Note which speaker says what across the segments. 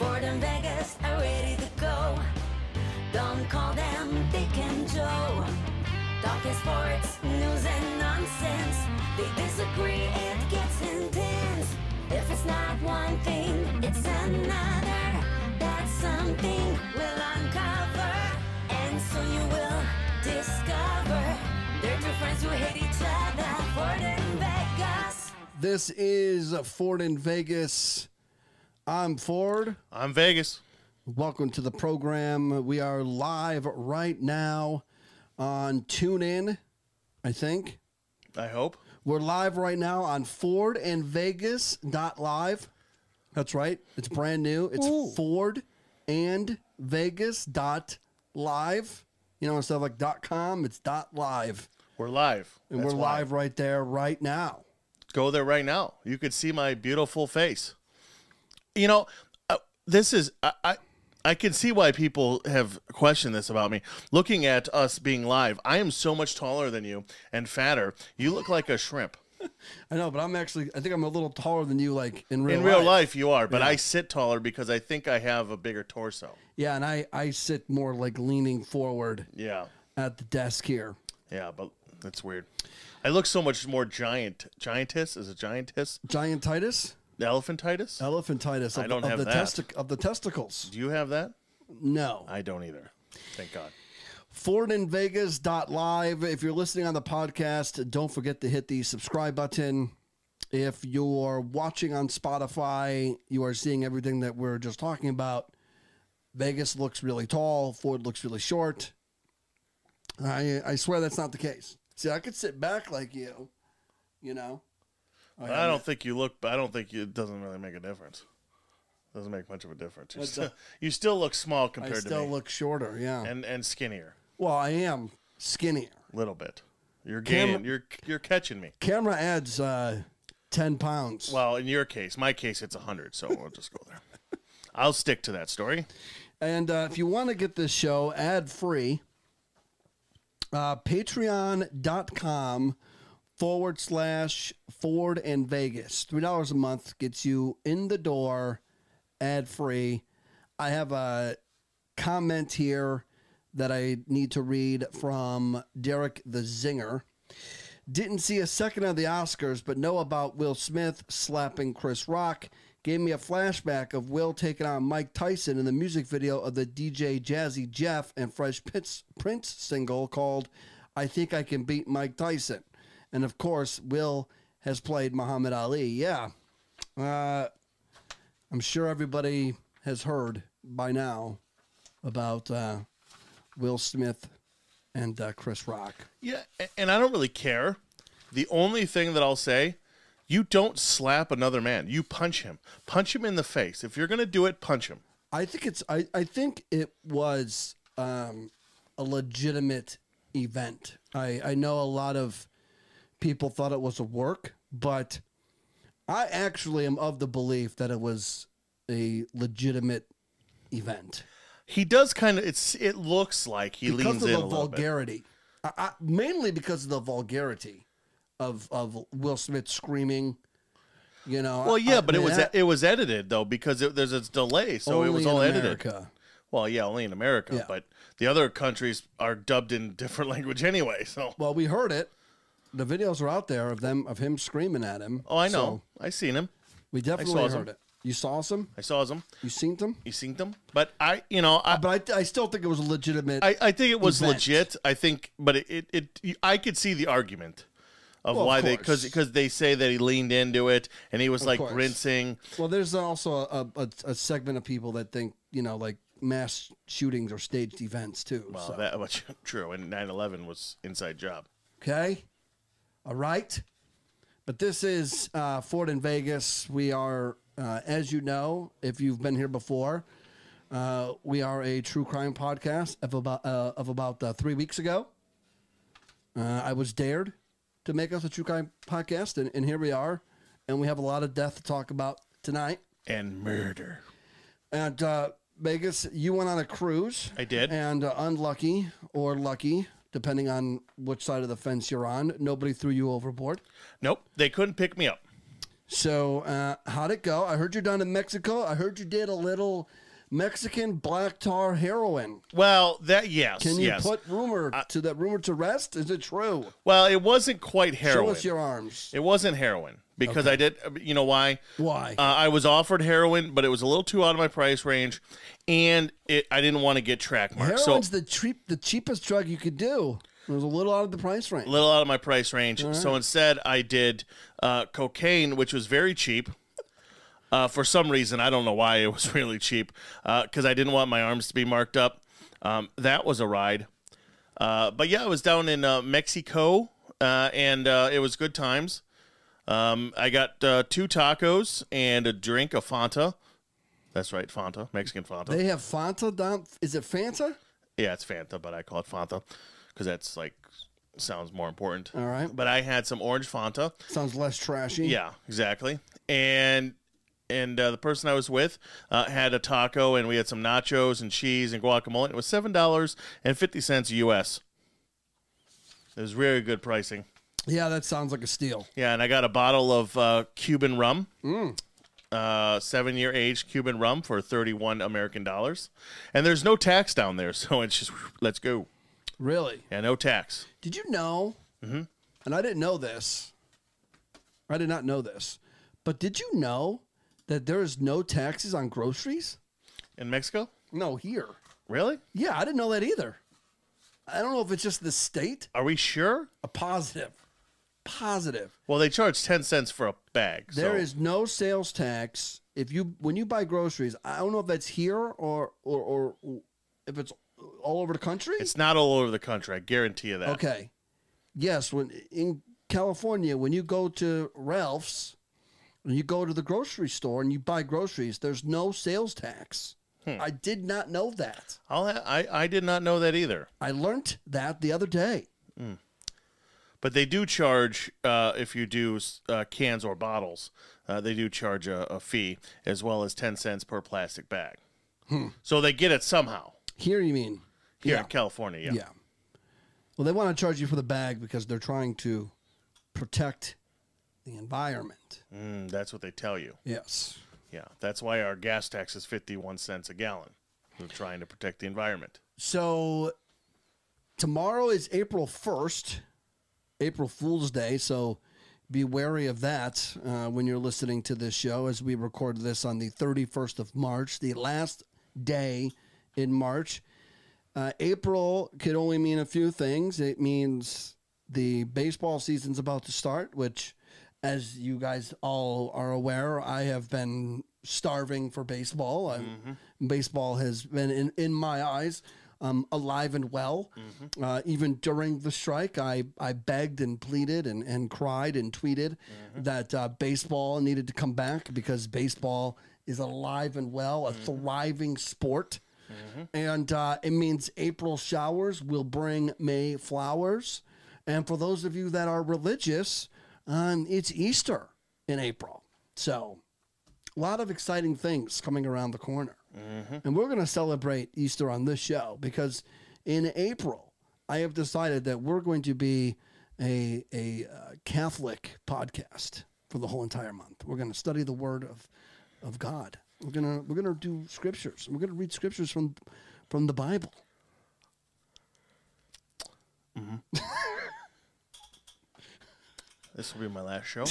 Speaker 1: modern Vegas are ready to go. Don't call them Dick and Joe. Talking sports, news, and nonsense. They disagree, it gets intense. If it's not one thing, it's another. That's something we'll uncover. And soon you will discover they're two friends who hate each other. Ford and Vegas.
Speaker 2: This is Ford in Vegas. I'm Ford.
Speaker 3: I'm Vegas.
Speaker 2: Welcome to the program. We are live right now on TuneIn, I think.
Speaker 3: I hope.
Speaker 2: We're live right now on Ford and Vegas live. That's right. It's brand new. It's Ford and Vegas dot live. You know, instead of like dot com, it's dot live.
Speaker 3: We're live.
Speaker 2: And
Speaker 3: That's
Speaker 2: we're
Speaker 3: why.
Speaker 2: live right there right now.
Speaker 3: Go there right now. You could see my beautiful face. You know, uh, this is I, I I can see why people have questioned this about me. Looking at us being live, I am so much taller than you and fatter. You look like a shrimp.
Speaker 2: I know, but I'm actually I think I'm a little taller than you like in real
Speaker 3: In real life, you are, but I sit taller because I think I have a bigger torso.
Speaker 2: Yeah, and I I sit more like leaning forward
Speaker 3: Yeah.
Speaker 2: at the desk here.
Speaker 3: Yeah, but that's weird. I look so much more giant. Giantess is a giantess.
Speaker 2: Giantitis,
Speaker 3: Elephantitis?
Speaker 2: elephantitis of,
Speaker 3: I don't
Speaker 2: of
Speaker 3: have
Speaker 2: the
Speaker 3: that.
Speaker 2: testic of the testicles.
Speaker 3: Do you have that?
Speaker 2: No.
Speaker 3: I don't either. Thank God.
Speaker 2: FordinVegas.live. If you're listening on the podcast, don't forget to hit the subscribe button. If you're watching on Spotify, you are seeing everything that we're just talking about. Vegas looks really tall. Ford looks really short. I I swear that's not the case. See, I could sit back like you, you know. Oh,
Speaker 3: I don't think you look. I don't think you, it doesn't really make a difference. Doesn't make much of a difference. You,
Speaker 2: What's
Speaker 3: still, you still look small
Speaker 2: I
Speaker 3: compared
Speaker 2: still
Speaker 3: to me,
Speaker 2: look shorter. Yeah.
Speaker 3: and and skinnier,
Speaker 2: well, I am skinnier.
Speaker 3: a little bit. You're
Speaker 2: Cam-
Speaker 3: gaining. you're you're catching me.
Speaker 2: Camera adds uh, ten pounds.
Speaker 3: Well, in your case, my case, it's hundred. So we'll just go there. I'll stick to that story.
Speaker 2: And uh, if you want to get this show ad free, uh, patreon.com forward slash Ford and Vegas. $3 a month gets you in the door ad free. I have a comment here that I need to read from Derek the Zinger. Didn't see a second of the Oscars, but know about Will Smith slapping Chris Rock. Gave me a flashback of Will taking on Mike Tyson in the music video of the DJ Jazzy Jeff and Fresh Prince, Prince single called I Think I Can Beat Mike Tyson. And of course, Will has played Muhammad Ali. Yeah. Uh, I'm sure everybody has heard by now about uh, Will Smith and uh, Chris Rock.
Speaker 3: Yeah, a- and I don't really care. The only thing that I'll say, you don't slap another man. You punch him. Punch him in the face. If you're gonna do it, punch him.
Speaker 2: I think it's I, I think it was um, a legitimate event. I, I know a lot of people thought it was a work, but I actually am of the belief that it was a legitimate event
Speaker 3: He does kind of. It's. It looks like he
Speaker 2: because
Speaker 3: leans
Speaker 2: of
Speaker 3: in
Speaker 2: the
Speaker 3: a little bit.
Speaker 2: vulgarity. I, I, mainly because of the vulgarity of of Will Smith screaming. You know.
Speaker 3: Well,
Speaker 2: I-
Speaker 3: yeah,
Speaker 2: I
Speaker 3: but it
Speaker 2: mean,
Speaker 3: was e,
Speaker 2: that-
Speaker 3: it was edited though because it, there's a delay, so it
Speaker 2: only
Speaker 3: was
Speaker 2: in
Speaker 3: all edited.
Speaker 2: America.
Speaker 3: Well, yeah, only in America,
Speaker 2: Yeah.
Speaker 3: but the other countries are dubbed in different language anyway. So,
Speaker 2: Well, we heard it. The videos are out there of them of him screaming at him.
Speaker 3: oh, I
Speaker 2: So
Speaker 3: know, I seen him,
Speaker 2: we definitely
Speaker 3: saw
Speaker 2: heard
Speaker 3: some.
Speaker 2: it. You saw some.
Speaker 3: I saw him,
Speaker 2: You seen them.
Speaker 3: you seen them, but I, you know, I.
Speaker 2: But I, I still think it was a legitimate.
Speaker 3: I, I think it was
Speaker 2: Event.
Speaker 3: legit. I think, but it, it, it I could see the argument of
Speaker 2: Well, of
Speaker 3: why they
Speaker 2: course.
Speaker 3: because because they say that he leaned into it and he was like
Speaker 2: course.
Speaker 3: rinsing.
Speaker 2: well, there's also a, a, a segment of people that think you know like mass shootings or staged events too.
Speaker 3: Well,
Speaker 2: so.
Speaker 3: that much true. And 9-11 was inside job.
Speaker 2: Okay. All right. But this is uh, Ford in Vegas. We are, uh, as you know, if you've been here before, uh, we are a true crime podcast of about uh, of about uh, three weeks ago. Uh, I was dared to make us a true crime podcast, and, and here we are. And we have a lot of death to talk about tonight.
Speaker 3: and murder.
Speaker 2: And uh, Vegas, you went on a cruise.
Speaker 3: I did.
Speaker 2: And uh, unlucky or lucky, depending on which side of the fence you're on, nobody threw you overboard.
Speaker 3: Nope, they couldn't pick me up.
Speaker 2: So uh, how'd it go? I heard you're down in Mexico. I heard you did a little Mexican black tar heroin.
Speaker 3: Well, that yes,
Speaker 2: Can you
Speaker 3: yes. Uh,
Speaker 2: put rumor to that rumor to rest? Is it true?
Speaker 3: well, it wasn't quite
Speaker 2: Show
Speaker 3: heroin.
Speaker 2: us your arms.
Speaker 3: it wasn't heroin because I did. uh, You know why?
Speaker 2: Why?
Speaker 3: Uh, I was offered heroin, but it was a little too out of my price range, and it, I didn't want to get track marks. So
Speaker 2: Heroin's the cheap, the cheapest drug you could do. It was a little out of the price range.
Speaker 3: a little out of my price range. So instead, I did uh, cocaine, which was very cheap. Uh, for some reason, I don't know why it was really cheap because I didn't want my arms to be marked up. Um, that was a ride. Uh, but yeah, I was down in uh, Mexico uh, and uh, it was good times. Um, I got uh, two tacos and a drink of Fanta. That's right, Fanta, Mexican Fanta.
Speaker 2: They have Fanta down. Is it Fanta?
Speaker 3: Yeah, it's Fanta, but I call it Fanta because that's like sounds more important.
Speaker 2: All right. Mm.
Speaker 3: But I had some orange Fanta.
Speaker 2: Sounds less trashy.
Speaker 3: Yeah, exactly. And and uh, the person I was with uh, had a taco, and we had some nachos and cheese and guacamole. It was seven dollars and fifty cents U.S. It was very good pricing.
Speaker 2: Yeah, that sounds like a steal.
Speaker 3: Yeah, and I got a bottle of uh, Cuban rum,
Speaker 2: Mm.
Speaker 3: uh, seven year age Cuban rum for thirty one American dollars. And there's no tax down there, so it's just let's go.
Speaker 2: Really? Mm-hmm.
Speaker 3: Yeah, no tax.
Speaker 2: Did you know? And I didn't know this. I did not know this. But did you know that there is no taxes on groceries?
Speaker 3: In Mexico?
Speaker 2: No, here.
Speaker 3: Really?
Speaker 2: Yeah, I didn't know that either. I don't know if it's just the state.
Speaker 3: Are we sure?
Speaker 2: A positive. Positive.
Speaker 3: Well, they charge 10 cents for a bag.
Speaker 2: There
Speaker 3: so-
Speaker 2: is no sales tax if you when you buy groceries. I don't know if that's here or or, or if it's all over the country.
Speaker 3: It's not all over the country. I guarantee you that.
Speaker 2: Okay. Yes, when in California, when you go to Ralph's, when you go to the grocery store and you buy groceries, there's no sales tax.
Speaker 3: Hmm.
Speaker 2: I did not know that.
Speaker 3: I'll ha- I, I did not know that either.
Speaker 2: I learnt that the other day.
Speaker 3: But they do charge, uh, if you do uh, cans or bottles, uh, they do charge a, a fee as well as 10 cents per plastic bag. So they get it somehow
Speaker 2: Here, you mean?
Speaker 3: here in California. Yeah.
Speaker 2: Hmm. Yeah. Well, they want to charge you for the bag because they're trying to protect the environment.
Speaker 3: Mm, that's what they tell you.
Speaker 2: Yes.
Speaker 3: Yeah. That's why our gas tax is 51 cents a gallon. They're trying to protect the environment.
Speaker 2: So tomorrow is April 1st, April Fool's Day. So be wary of that uh, when you're listening to this show as we record this on the 31st of March, the last day in March. Uh, April could only mean a few things. It means the baseball season's about to start, which, as you guys all are aware, I have been starving for baseball. I'm, Baseball has been, in, in my eyes, um, alive and well. Uh, even during the strike, I, I begged and pleaded and, and cried and tweeted that uh, baseball needed to come back because baseball is alive and well, a thriving sport. And uh, it means April showers will bring May flowers. And for those of you that are religious, um, it's Easter in April. So, a lot of exciting things coming around the corner. And we're going to celebrate Easter on this show because in April, I have decided that we're going to be a, a uh, Catholic podcast for the whole entire month. We're going to study the Word of, of God. We're gonna we're gonna do scriptures. We're gonna read scriptures from from the Bible.
Speaker 3: This will be my last show.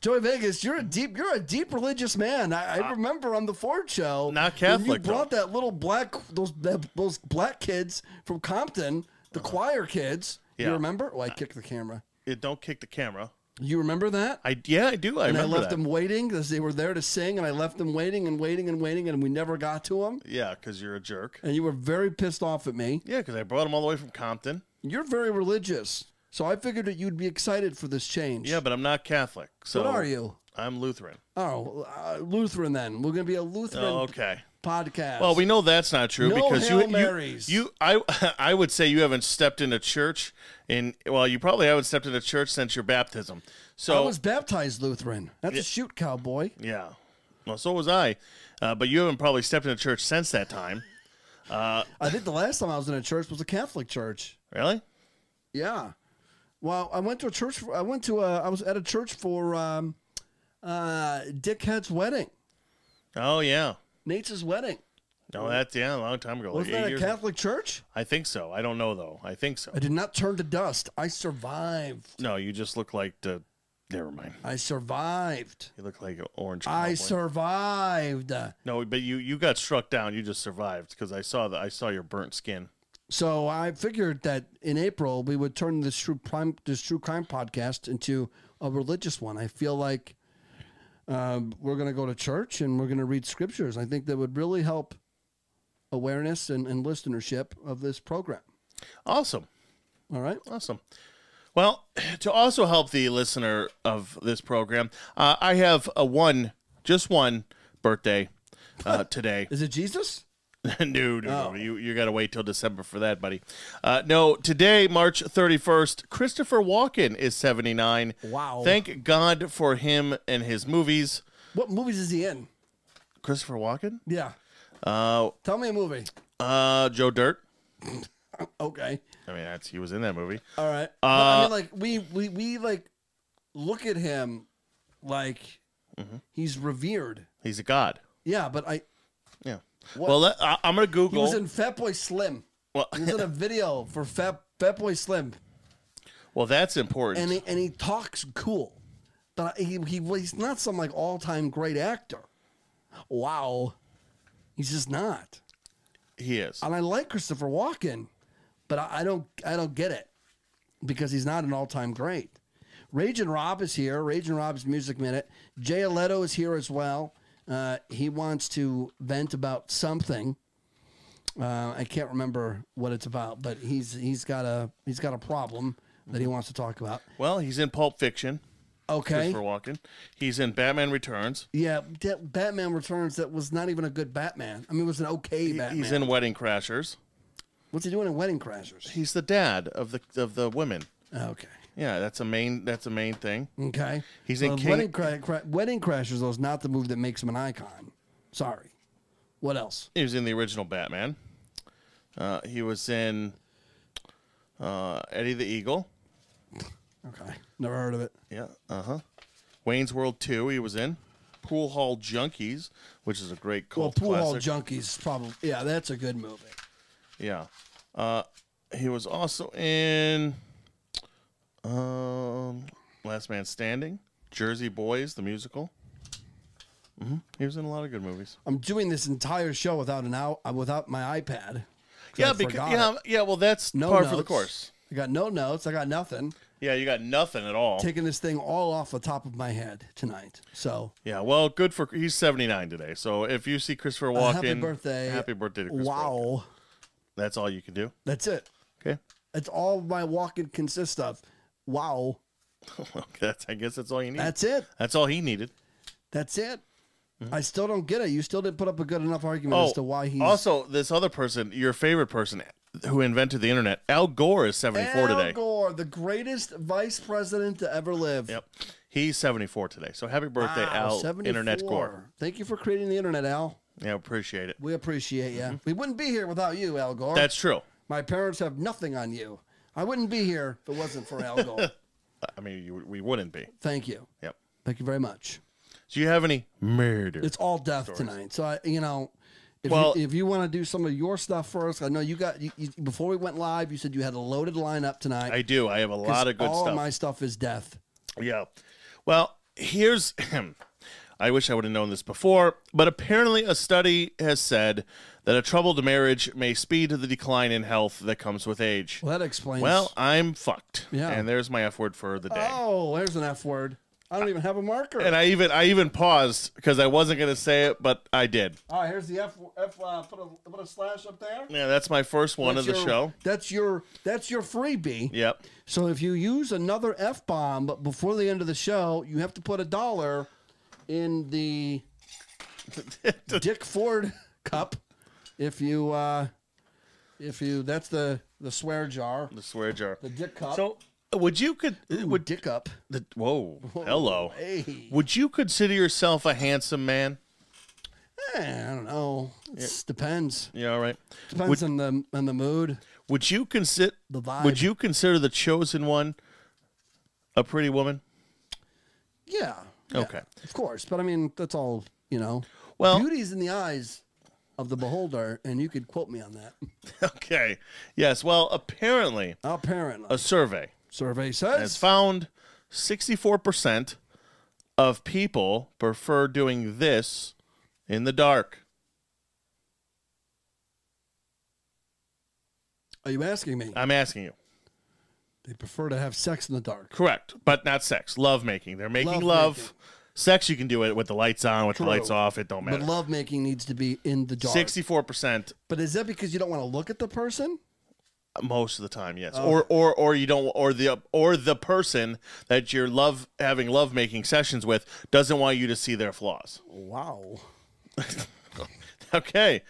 Speaker 2: Joey Vegas, you're a deep you're a deep religious man. I, I remember on the Ford show,
Speaker 3: Ah. Not
Speaker 2: when
Speaker 3: Catholic,
Speaker 2: You brought that little black those that, those black kids from Compton, the choir kids. You
Speaker 3: Uh-huh. Yeah. Uh,
Speaker 2: remember? Oh, I kicked the camera.
Speaker 3: it, don't kick the camera.
Speaker 2: You remember that?
Speaker 3: I yeah, I do. I
Speaker 2: and I
Speaker 3: remember
Speaker 2: left
Speaker 3: that.
Speaker 2: them waiting because they were there to sing, and I left them waiting and waiting and waiting, and we never got to them.
Speaker 3: Yeah, because you're a jerk.
Speaker 2: And you were very pissed off at me.
Speaker 3: Yeah, because I brought him all the way from Compton.
Speaker 2: You're very religious, so I figured that you'd be excited for this change.
Speaker 3: Yeah, but I'm not Catholic. So
Speaker 2: What are you?
Speaker 3: I'm Lutheran.
Speaker 2: Oh, uh, Lutheran then. We're going to be a Lutheran
Speaker 3: Oh, okay.
Speaker 2: podcast.
Speaker 3: Well, we know that's not true
Speaker 2: No
Speaker 3: because
Speaker 2: Hail
Speaker 3: you, you,
Speaker 2: Marys.
Speaker 3: you, I, I would say you haven't stepped into church in. Well, you probably haven't stepped into church since your baptism.
Speaker 2: I
Speaker 3: So
Speaker 2: was baptized Lutheran. That's a shoot, cowboy.
Speaker 3: yeah, well, so was I, uh, but you haven't probably stepped into church since that time.
Speaker 2: I think the last time I was in a church was a Catholic church.
Speaker 3: Really?
Speaker 2: Yeah. Well, I went to a church. For, I went to a. I was at a church for um, uh, Dickhead's wedding.
Speaker 3: Oh yeah.
Speaker 2: Nate's wedding.
Speaker 3: No, that's yeah, a long time ago. like
Speaker 2: Wasn't
Speaker 3: eight
Speaker 2: that a
Speaker 3: years ago.
Speaker 2: Catholic church?
Speaker 3: I think so. I don't know though. I think so.
Speaker 2: I did not turn to dust. I survived.
Speaker 3: No, you just look like the. Never mind.
Speaker 2: I survived.
Speaker 3: You look like an orange.
Speaker 2: I
Speaker 3: cowboy.
Speaker 2: survived.
Speaker 3: No, but you you got struck down. You just survived because I saw the I saw your burnt skin.
Speaker 2: So I figured that in April we would turn this true crime this true crime podcast into a religious one. I feel like um, we're going to go to church and we're going to read scriptures. I think that would really help awareness and, and listenership of this program.
Speaker 3: Awesome.
Speaker 2: All right.
Speaker 3: Awesome. Well, to also help the listener of this program, uh, I have a one, just one birthday uh, today.
Speaker 2: Is it Jesus?
Speaker 3: no, no,
Speaker 2: Oh.
Speaker 3: no. You, you got to wait till December for that, buddy. Uh, no, today, March 31st, Christopher Walken is 79.
Speaker 2: Wow.
Speaker 3: Thank God for him and his movies.
Speaker 2: What movies is he in?
Speaker 3: Christopher Walken?
Speaker 2: Yeah.
Speaker 3: Uh,
Speaker 2: Tell me a movie.
Speaker 3: uh, Joe Dirt.
Speaker 2: Okay.
Speaker 3: I mean, that's, he was in that movie.
Speaker 2: All right. But, I mean, like we we we like look at him like he's revered.
Speaker 3: He's a god.
Speaker 2: Yeah, but I
Speaker 3: Yeah. Well, let, I, I'm going to
Speaker 2: he
Speaker 3: Google.
Speaker 2: was in Fat Boy Slim.
Speaker 3: well,
Speaker 2: He was in a video for Fat Fat Boy Slim,
Speaker 3: well, that's important.
Speaker 2: and he, and he talks cool, but he, he he's not some like all time great actor. Wow, he's just not.
Speaker 3: he is.
Speaker 2: And I like Christopher Walken, but I, I don't I don't get it because he's not an all time great. Rage and Rob is here. Rage and Rob's Music Minute. Jay Aletto is here as well. Uh, he wants to vent about something. Uh, I can't remember what it's about, but he's he's got a he's got a problem that he wants to talk about.
Speaker 3: Well, he's in Pulp Fiction.
Speaker 2: Okay.
Speaker 3: Christopher Walken. He's in Batman Returns.
Speaker 2: Yeah, Da- Batman Returns. That was not even a good Batman. I mean, it was an okay Batman.
Speaker 3: He's in Wedding Crashers.
Speaker 2: What's he doing in Wedding Crashers?
Speaker 3: He's the dad of the of the women.
Speaker 2: Okay.
Speaker 3: Yeah, that's a main that's a main thing.
Speaker 2: Okay.
Speaker 3: He's in
Speaker 2: Well,
Speaker 3: King-
Speaker 2: Wedding, Cra- Cra- Wedding Crashers, though, is not the movie that makes him an icon. Sorry. What else?
Speaker 3: He was in the original Batman. Uh, he was in uh, Eddie the Eagle.
Speaker 2: Okay. Never heard of it.
Speaker 3: Yeah. Uh huh. Wayne's World Two. He was in Pool Hall Junkies, which is a great
Speaker 2: Well,
Speaker 3: cult
Speaker 2: Pool Hall
Speaker 3: classic.
Speaker 2: Junkies, probably. Yeah, that's a good movie.
Speaker 3: yeah. Uh, he was also in um, Last Man Standing, Jersey Boys, the musical. hmm He was in a lot of good movies.
Speaker 2: I'm doing this entire show without an out, uh, without my iPad.
Speaker 3: Yeah,
Speaker 2: I
Speaker 3: because
Speaker 2: forgot
Speaker 3: yeah,
Speaker 2: it.
Speaker 3: yeah. Well, that's
Speaker 2: no
Speaker 3: par
Speaker 2: notes.
Speaker 3: for the course.
Speaker 2: I got no notes. I got nothing.
Speaker 3: Yeah, you got nothing at all.
Speaker 2: Taking this thing all off the top of my head tonight. So
Speaker 3: yeah, well, good for he's seventy nine today. So if you see Christopher Walken,
Speaker 2: uh, happy birthday.
Speaker 3: happy birthday to Christopher.
Speaker 2: Wow.
Speaker 3: Walken. that's all you can do.
Speaker 2: That's it.
Speaker 3: Okay,
Speaker 2: That's all my walking consists of. Wow.
Speaker 3: Okay, that's I guess that's all you need. That's,
Speaker 2: That's it.
Speaker 3: all he needed.
Speaker 2: That's it. I still don't get it. You still didn't put up a good enough argument
Speaker 3: Mm-hmm. Oh,
Speaker 2: as to why he's
Speaker 3: also this other person, your favorite person who invented the internet, Al Gore is seventy four
Speaker 2: Al
Speaker 3: today.
Speaker 2: Gore, the greatest vice president to ever live.
Speaker 3: Yep, he's seventy four today. So happy birthday,
Speaker 2: Wow,
Speaker 3: Al
Speaker 2: 74.
Speaker 3: Internet Gore.
Speaker 2: Thank you for creating the internet, Al.
Speaker 3: Yeah, appreciate it.
Speaker 2: We appreciate you. We wouldn't be here without you, Al Gore.
Speaker 3: Mm-hmm. That's true.
Speaker 2: My parents have nothing on you. I wouldn't be here if it wasn't for Al Gore.
Speaker 3: I mean, you, we wouldn't be.
Speaker 2: Thank you.
Speaker 3: Yep.
Speaker 2: Thank you very much.
Speaker 3: Do you have any murder?
Speaker 2: It's all death tonight. So I, you know, if
Speaker 3: Well-
Speaker 2: you, if you want to do some of your stuff first, I know you got you, you, before we went live. You said you had a loaded lineup tonight.
Speaker 3: I do. I have a lot of good
Speaker 2: all
Speaker 3: stuff.
Speaker 2: my stuff is death.
Speaker 3: Yeah. Well, here's I wish I would have known this before, but apparently a study has said that a troubled marriage may speed the decline in health that comes with age.
Speaker 2: Well, that explains.
Speaker 3: Well, I'm fucked.
Speaker 2: Yeah.
Speaker 3: And there's my F word for the day.
Speaker 2: oh, there's an F word. I don't even have a marker.
Speaker 3: And I even I even paused because I wasn't gonna say it, but I did.
Speaker 2: All right, here's the F. F uh, put, a, put a slash up there.
Speaker 3: Yeah, that's my first one
Speaker 2: That's
Speaker 3: of the
Speaker 2: your-
Speaker 3: show.
Speaker 2: That's your that's your freebie.
Speaker 3: Yep.
Speaker 2: So if you use another F bomb before the end of the show, you have to put a dollar in the Dick Ford cup. If you uh if you that's the the swear jar,
Speaker 3: The swear jar.
Speaker 2: the dick cup.
Speaker 3: So would you could
Speaker 2: would dick up.
Speaker 3: the, whoa, hello.
Speaker 2: Hey.
Speaker 3: Would you consider yourself a handsome man?
Speaker 2: Eh, I don't know. It's Depends.
Speaker 3: Yeah, all right.
Speaker 2: Depends on the on the mood.
Speaker 3: Would you consider
Speaker 2: The vibe.
Speaker 3: Would you consider the chosen one a pretty woman?
Speaker 2: Yeah. yeah,
Speaker 3: Okay.
Speaker 2: Of course, but I mean that's all you know.
Speaker 3: Well,
Speaker 2: Beauty's in the eyes of the beholder, and you could quote me on that.
Speaker 3: okay. Yes. Well, apparently,
Speaker 2: Apparently,
Speaker 3: a survey
Speaker 2: survey
Speaker 3: has
Speaker 2: says
Speaker 3: found 64% of people prefer doing this in the dark.
Speaker 2: Are you asking me?
Speaker 3: I'm asking you.
Speaker 2: They prefer to have sex in the dark.
Speaker 3: Correct, but not sex. Love making. They're making
Speaker 2: Love
Speaker 3: love.
Speaker 2: making.
Speaker 3: Sex you can do it with the lights on, with the
Speaker 2: True.
Speaker 3: lights off. It don't
Speaker 2: But
Speaker 3: matter.
Speaker 2: love making needs to be in the dark.
Speaker 3: Sixty-four percent
Speaker 2: But is that because you don't want to look at the person?
Speaker 3: most of the time, yes.
Speaker 2: Oh.
Speaker 3: Or or or you don't or the or the person that you're love having love making sessions with doesn't want you to see their flaws.
Speaker 2: Wow.
Speaker 3: Okay.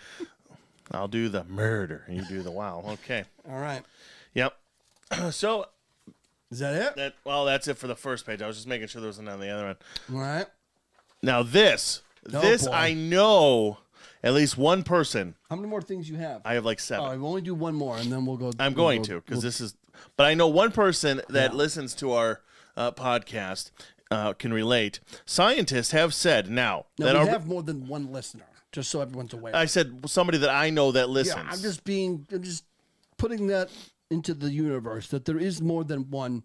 Speaker 3: I'll do the murder and you do the wow. Okay.
Speaker 2: All right.
Speaker 3: Yep. so
Speaker 2: Is that it?
Speaker 3: that well, that's it for the first page. I was just making sure there wasn't on the other end.
Speaker 2: All right.
Speaker 3: Now this
Speaker 2: No,
Speaker 3: this
Speaker 2: boy.
Speaker 3: I know at least one person.
Speaker 2: How many more things you have?
Speaker 3: I have like seven.
Speaker 2: oh, I will only do one more, and then we'll go.
Speaker 3: I'm
Speaker 2: we'll
Speaker 3: going
Speaker 2: go-
Speaker 3: to because this is. But I know one person that listens to our uh, podcast uh, can relate. Scientists have said now
Speaker 2: No,
Speaker 3: that
Speaker 2: we
Speaker 3: our,
Speaker 2: have more than one listener, just so everyone's aware.
Speaker 3: I said somebody that I know that
Speaker 2: yeah,
Speaker 3: listens.
Speaker 2: I'm just being, I'm just putting that into the universe that there is more than one.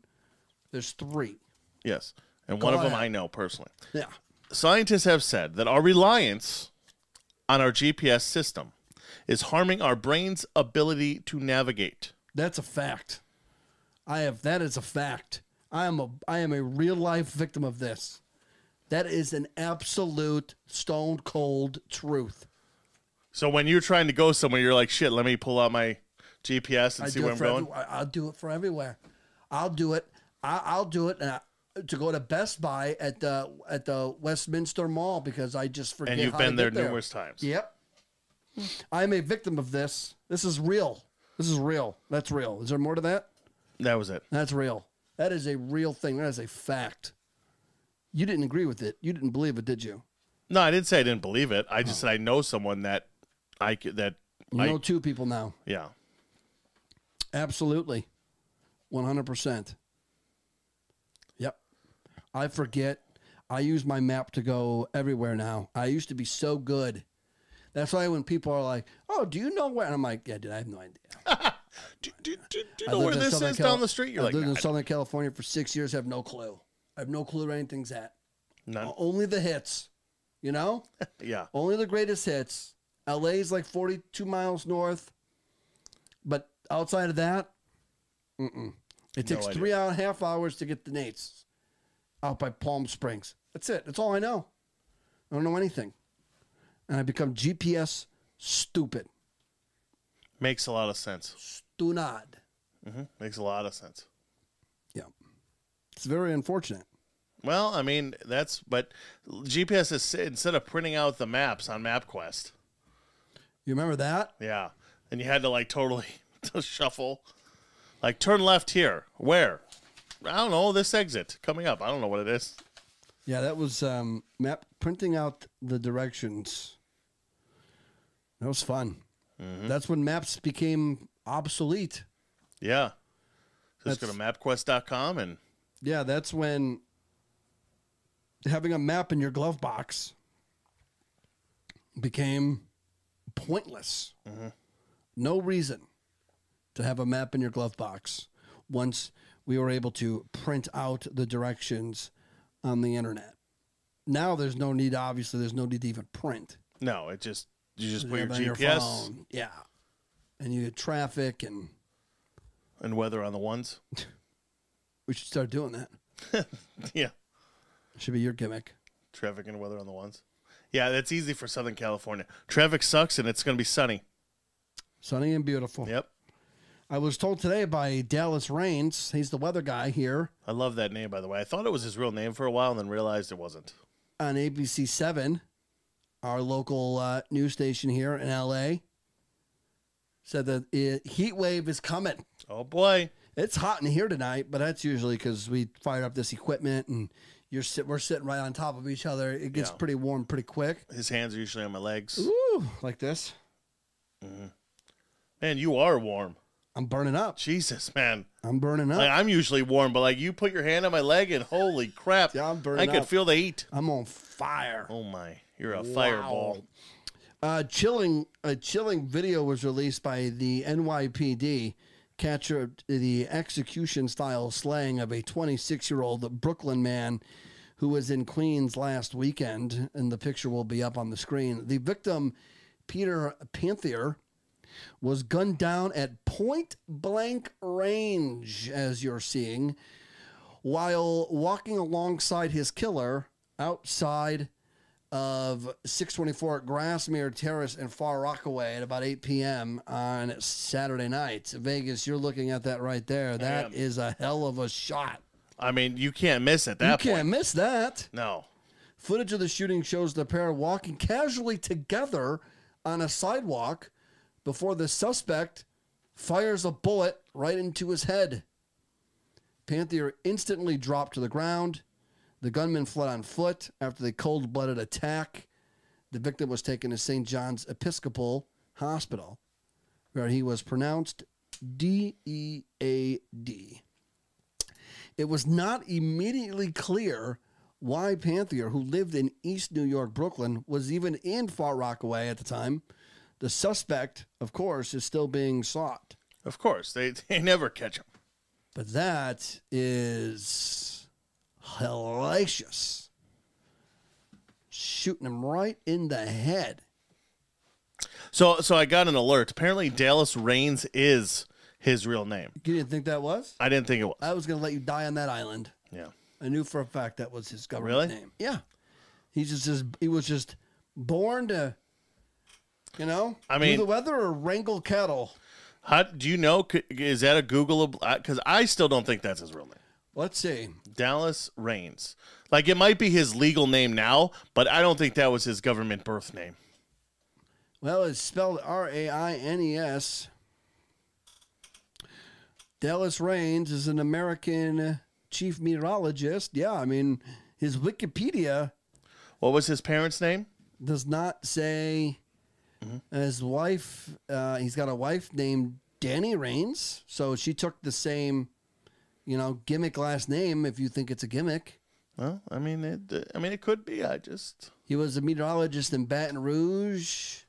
Speaker 2: There's three.
Speaker 3: yes, and one of them
Speaker 2: ahead.
Speaker 3: I know personally.
Speaker 2: Yeah.
Speaker 3: Scientists have said that our reliance on our GPS system is harming our brain's ability to navigate.
Speaker 2: That's a fact. I have that is a fact. I am a I am a real life victim of this. That is an absolute stone cold truth.
Speaker 3: So when you're trying to go somewhere, you're like, "Shit, let me pull out my GPS and
Speaker 2: I
Speaker 3: see
Speaker 2: do it
Speaker 3: where I'm
Speaker 2: for
Speaker 3: going."
Speaker 2: every- I- I'll do it for everywhere. I'll do it. I, I'll do it and I, to go to Best Buy at the at the Westminster Mall because I just forget.
Speaker 3: and you've
Speaker 2: how
Speaker 3: been
Speaker 2: to
Speaker 3: there
Speaker 2: get
Speaker 3: numerous times.
Speaker 2: Yep. I am a victim of this. This is real. This is real. That's real. Is there more to that?
Speaker 3: That was it.
Speaker 2: That's real. That is a real thing. That is a fact. You didn't agree with it. You didn't believe it, did you?
Speaker 3: No, I didn't say I didn't believe it. I just said I know someone that I c- that
Speaker 2: Oh. You
Speaker 3: I
Speaker 2: know two people now.
Speaker 3: yeah.
Speaker 2: Absolutely. 100%. Yep. I forget. I use my map to go everywhere now. I used to be so good. That's why when people are like, oh, do you know where? And I'm like, yeah, dude, I have no idea.
Speaker 3: Do, do, do, do you
Speaker 2: I
Speaker 3: know
Speaker 2: lived
Speaker 3: where
Speaker 2: in
Speaker 3: this
Speaker 2: Southern
Speaker 3: is
Speaker 2: Cal-
Speaker 3: down the street? You're
Speaker 2: I
Speaker 3: like,
Speaker 2: lived in
Speaker 3: "Nah,
Speaker 2: Southern California for six years. Have no clue. I have no clue where anything's at.
Speaker 3: none.
Speaker 2: Only the hits, you know.
Speaker 3: Yeah,
Speaker 2: Only the greatest hits. LA's like 42 miles north, but outside of that, mm-mm. it
Speaker 3: No
Speaker 2: takes
Speaker 3: idea.
Speaker 2: three and a half hours to get to Nate's out by Palm Springs. That's it. That's all I know. I don't know anything, and I become GPS stupid.
Speaker 3: makes a lot of sense.
Speaker 2: Stunad.
Speaker 3: hmm Makes a lot of sense.
Speaker 2: Yeah, it's very unfortunate.
Speaker 3: Well, I mean that's but GPS is instead of printing out the maps on MapQuest,
Speaker 2: You remember that?
Speaker 3: yeah, and you had to like totally to shuffle, like turn left here. Where? I don't know. This exit coming up. I don't know what it is.
Speaker 2: Yeah, that was um, map printing out the directions. That was fun. That's when maps became obsolete.
Speaker 3: Yeah, just go to MapQuest.com and
Speaker 2: Yeah, that's when having a map in your glove box became pointless. No reason to have a map in your glove box once we were able to print out the directions on the internet. Now there's no need, obviously, there's no need to even print.
Speaker 3: no, it just you just put
Speaker 2: You
Speaker 3: your
Speaker 2: have it on
Speaker 3: GPS.
Speaker 2: phone. Yeah. And you get traffic, and
Speaker 3: and weather on the ones.
Speaker 2: we should start doing that.
Speaker 3: yeah,
Speaker 2: Should be your gimmick.
Speaker 3: traffic and weather on the ones. Yeah, that's easy for Southern California. Traffic sucks and it's going to be sunny.
Speaker 2: Sunny and beautiful.
Speaker 3: Yep,
Speaker 2: I was told today by Dallas Rains, he's the weather guy here
Speaker 3: I love that name by the way. I thought it was his real name for a while and then realized it wasn't.
Speaker 2: on ABC 7, our local uh, news station here in LA, said that it, heat wave is coming.
Speaker 3: Oh boy,
Speaker 2: It's hot in here tonight, but that's usually because we fired up this equipment and you're sit, we're sitting right on top of each other. It gets
Speaker 3: Yeah.
Speaker 2: pretty warm pretty quick.
Speaker 3: his hands are usually on my legs.
Speaker 2: Ooh, like this.
Speaker 3: Man, you are warm.
Speaker 2: I'm burning up.
Speaker 3: Jesus, man.
Speaker 2: I'm burning up.
Speaker 3: Like, I'm usually warm, but like you put your hand on my leg and holy crap.
Speaker 2: Yeah, I'm burning
Speaker 3: I could
Speaker 2: up.
Speaker 3: feel the heat.
Speaker 2: I'm on fire.
Speaker 3: Oh my. You're a fireball.
Speaker 2: Uh, chilling. A chilling video was released by the NYPD. Capture the execution style slaying of a 26 year old Brooklyn man who was in Queens last weekend, and the picture will be up on the screen. The victim, Peter Panthier, was gunned down at point blank range, as you're seeing, while walking alongside his killer outside of 624 at Grassmere Terrace in Far Rockaway at about 8 p.m. on Saturday night. Vegas, you're looking at that right there. That
Speaker 3: am.
Speaker 2: is a hell of a shot.
Speaker 3: I mean, you can't miss at that
Speaker 2: You
Speaker 3: point.
Speaker 2: can't miss that.
Speaker 3: No.
Speaker 2: Footage of the shooting shows the pair walking casually together on a sidewalk before the suspect fires a bullet right into his head. Panther instantly dropped to the ground. The gunman fled on foot after the cold blooded attack. The victim was taken to St. John's Episcopal Hospital, where he was pronounced E DEAD it was not immediately clear why Panthier, who lived in East New York, Brooklyn, was even in Far Rockaway at the time. The suspect, of course, is still being sought.
Speaker 3: Of course. They they never catch him.
Speaker 2: But that is hellacious. Shooting him right in the head.
Speaker 3: So so I got an alert. Apparently Dallas Reigns is his real name.
Speaker 2: You didn't think that was?
Speaker 3: I didn't think it was.
Speaker 2: I was going to let you die on that island.
Speaker 3: Yeah.
Speaker 2: I knew for a fact that was his government
Speaker 3: Really?
Speaker 2: name. Yeah. He just is he was just born to you know,
Speaker 3: I
Speaker 2: do
Speaker 3: mean-
Speaker 2: the weather or wrangle cattle.
Speaker 3: How do you know c- is that a Googleable cuz I still don't think that's his real name.
Speaker 2: Let's see.
Speaker 3: Dallas Reigns. Like it might be his legal name now, but I don't think that was his government birth name.
Speaker 2: Well, it's spelled R A I N E S. Dallas Raines is an American chief meteorologist. Yeah, I mean, his Wikipedia
Speaker 3: What was his parents' name?
Speaker 2: does not say his wife. Uh, he's got a wife named Danny Rains, so she took the same, you know, gimmick last name. If you think it's a gimmick,
Speaker 3: Well, I mean it uh, I mean it could be. I just
Speaker 2: he was a meteorologist in Baton Rouge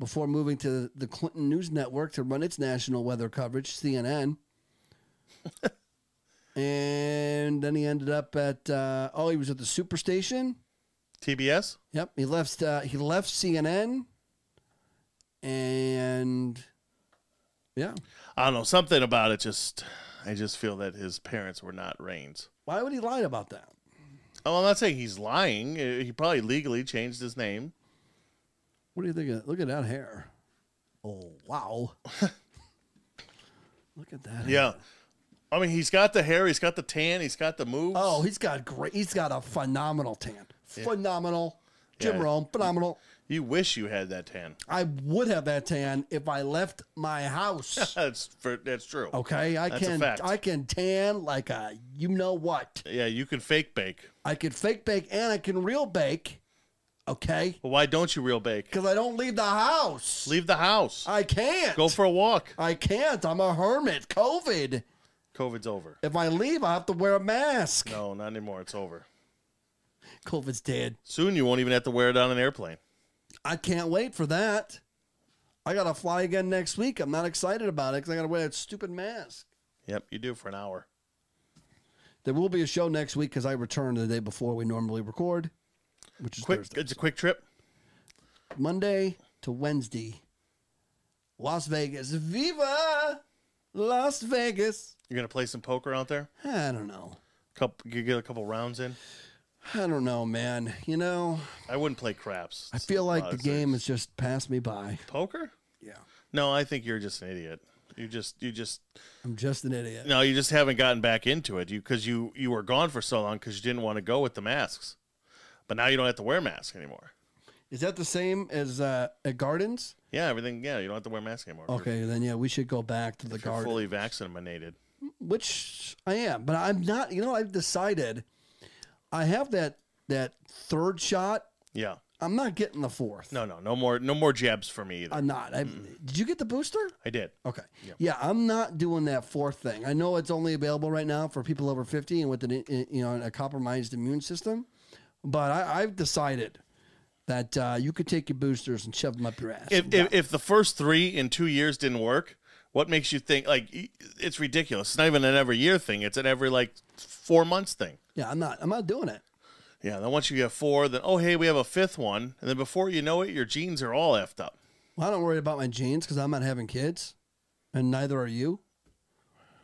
Speaker 2: before moving to the Clinton News Network to run its national weather coverage, CNN. and then he ended up at uh, oh, he was at the Superstation.
Speaker 3: TBS?
Speaker 2: Yep, he left. Uh, he left CNN, and yeah,
Speaker 3: I don't know, something about it just I just feel that his parents were not Reigns.
Speaker 2: why would he lie about that?
Speaker 3: Oh, I'm not saying he's lying. Uh, He probably legally changed his name.
Speaker 2: What do you think? Of, look at that hair. Oh wow! look at that. hair.
Speaker 3: Yeah. I mean, he's got the hair, he's got the tan, he's got the moves.
Speaker 2: Oh, he's got great. He's got a phenomenal tan. Phenomenal. Jim
Speaker 3: Yeah.
Speaker 2: Rome, phenomenal.
Speaker 3: you wish you had that tan.
Speaker 2: I would have that tan if I left my house.
Speaker 3: That's for, that's true.
Speaker 2: Okay, I
Speaker 3: That's a
Speaker 2: can
Speaker 3: fact.
Speaker 2: I can tan like a you know what.
Speaker 3: Yeah, you can fake bake.
Speaker 2: I can fake bake and I can real bake. Okay.
Speaker 3: But why don't you real bake?
Speaker 2: Because I don't leave the house.
Speaker 3: Leave the house.
Speaker 2: I can't.
Speaker 3: Go for a walk.
Speaker 2: I can't. I'm a hermit. COVID.
Speaker 3: COVID's over.
Speaker 2: If I leave, I have to wear a mask.
Speaker 3: No, not anymore. It's over.
Speaker 2: COVID's dead.
Speaker 3: Soon you won't even have to wear it on an airplane.
Speaker 2: I can't wait for that. I got to fly again next week. I'm not excited about it because I got to wear that stupid mask.
Speaker 3: Yep, you do for an hour.
Speaker 2: There will be a show next week because I return the day before we normally record, which is
Speaker 3: Quick,
Speaker 2: Thursday.
Speaker 3: it's a quick trip.
Speaker 2: Monday to Wednesday. Las Vegas. Viva Las Vegas.
Speaker 3: You're gonna play some poker out there.
Speaker 2: I don't know.
Speaker 3: Couple, you get a couple rounds in.
Speaker 2: I don't know, man. You know,
Speaker 3: I wouldn't play craps.
Speaker 2: I feel like the game has just passed me by.
Speaker 3: poker.
Speaker 2: Yeah.
Speaker 3: No, I think you're just an idiot. You just, you just,
Speaker 2: I'm just an idiot.
Speaker 3: no, you just haven't gotten back into it. You because you you were gone for so long because you didn't want to go with the masks, but now you don't have to wear masks anymore.
Speaker 2: Is that the same as uh, at Gardens?
Speaker 3: Yeah, everything. Yeah, you don't have to wear masks anymore. You're-
Speaker 2: Okay, then yeah, we should go back to the
Speaker 3: you're
Speaker 2: garden,
Speaker 3: fully vaccinated.
Speaker 2: which I am, but I'm not. You know, I've decided I have that that third shot.
Speaker 3: Yeah,
Speaker 2: I'm not getting the fourth.
Speaker 3: No, no, no more, no more jabs for me either.
Speaker 2: I'm not. I, did you get the booster?
Speaker 3: I did.
Speaker 2: Okay. Yeah, I'm not doing that fourth thing. I know it's only available right now for people over 50 and with an i- you know a compromised immune system, but I, I've decided that uh, you could take your boosters and shove them up your ass.
Speaker 3: If, if if the first three in two years didn't work, what makes you think like y- it's ridiculous? It's not even an every year thing. It's an every like four months thing.
Speaker 2: yeah, I'm not. I'm not doing it.
Speaker 3: Yeah. Then once you have four, then oh hey, we have a fifth one, and then before you know it, your genes are all effed up.
Speaker 2: Well, I don't worry about my genes because I'm not having kids, and neither are you.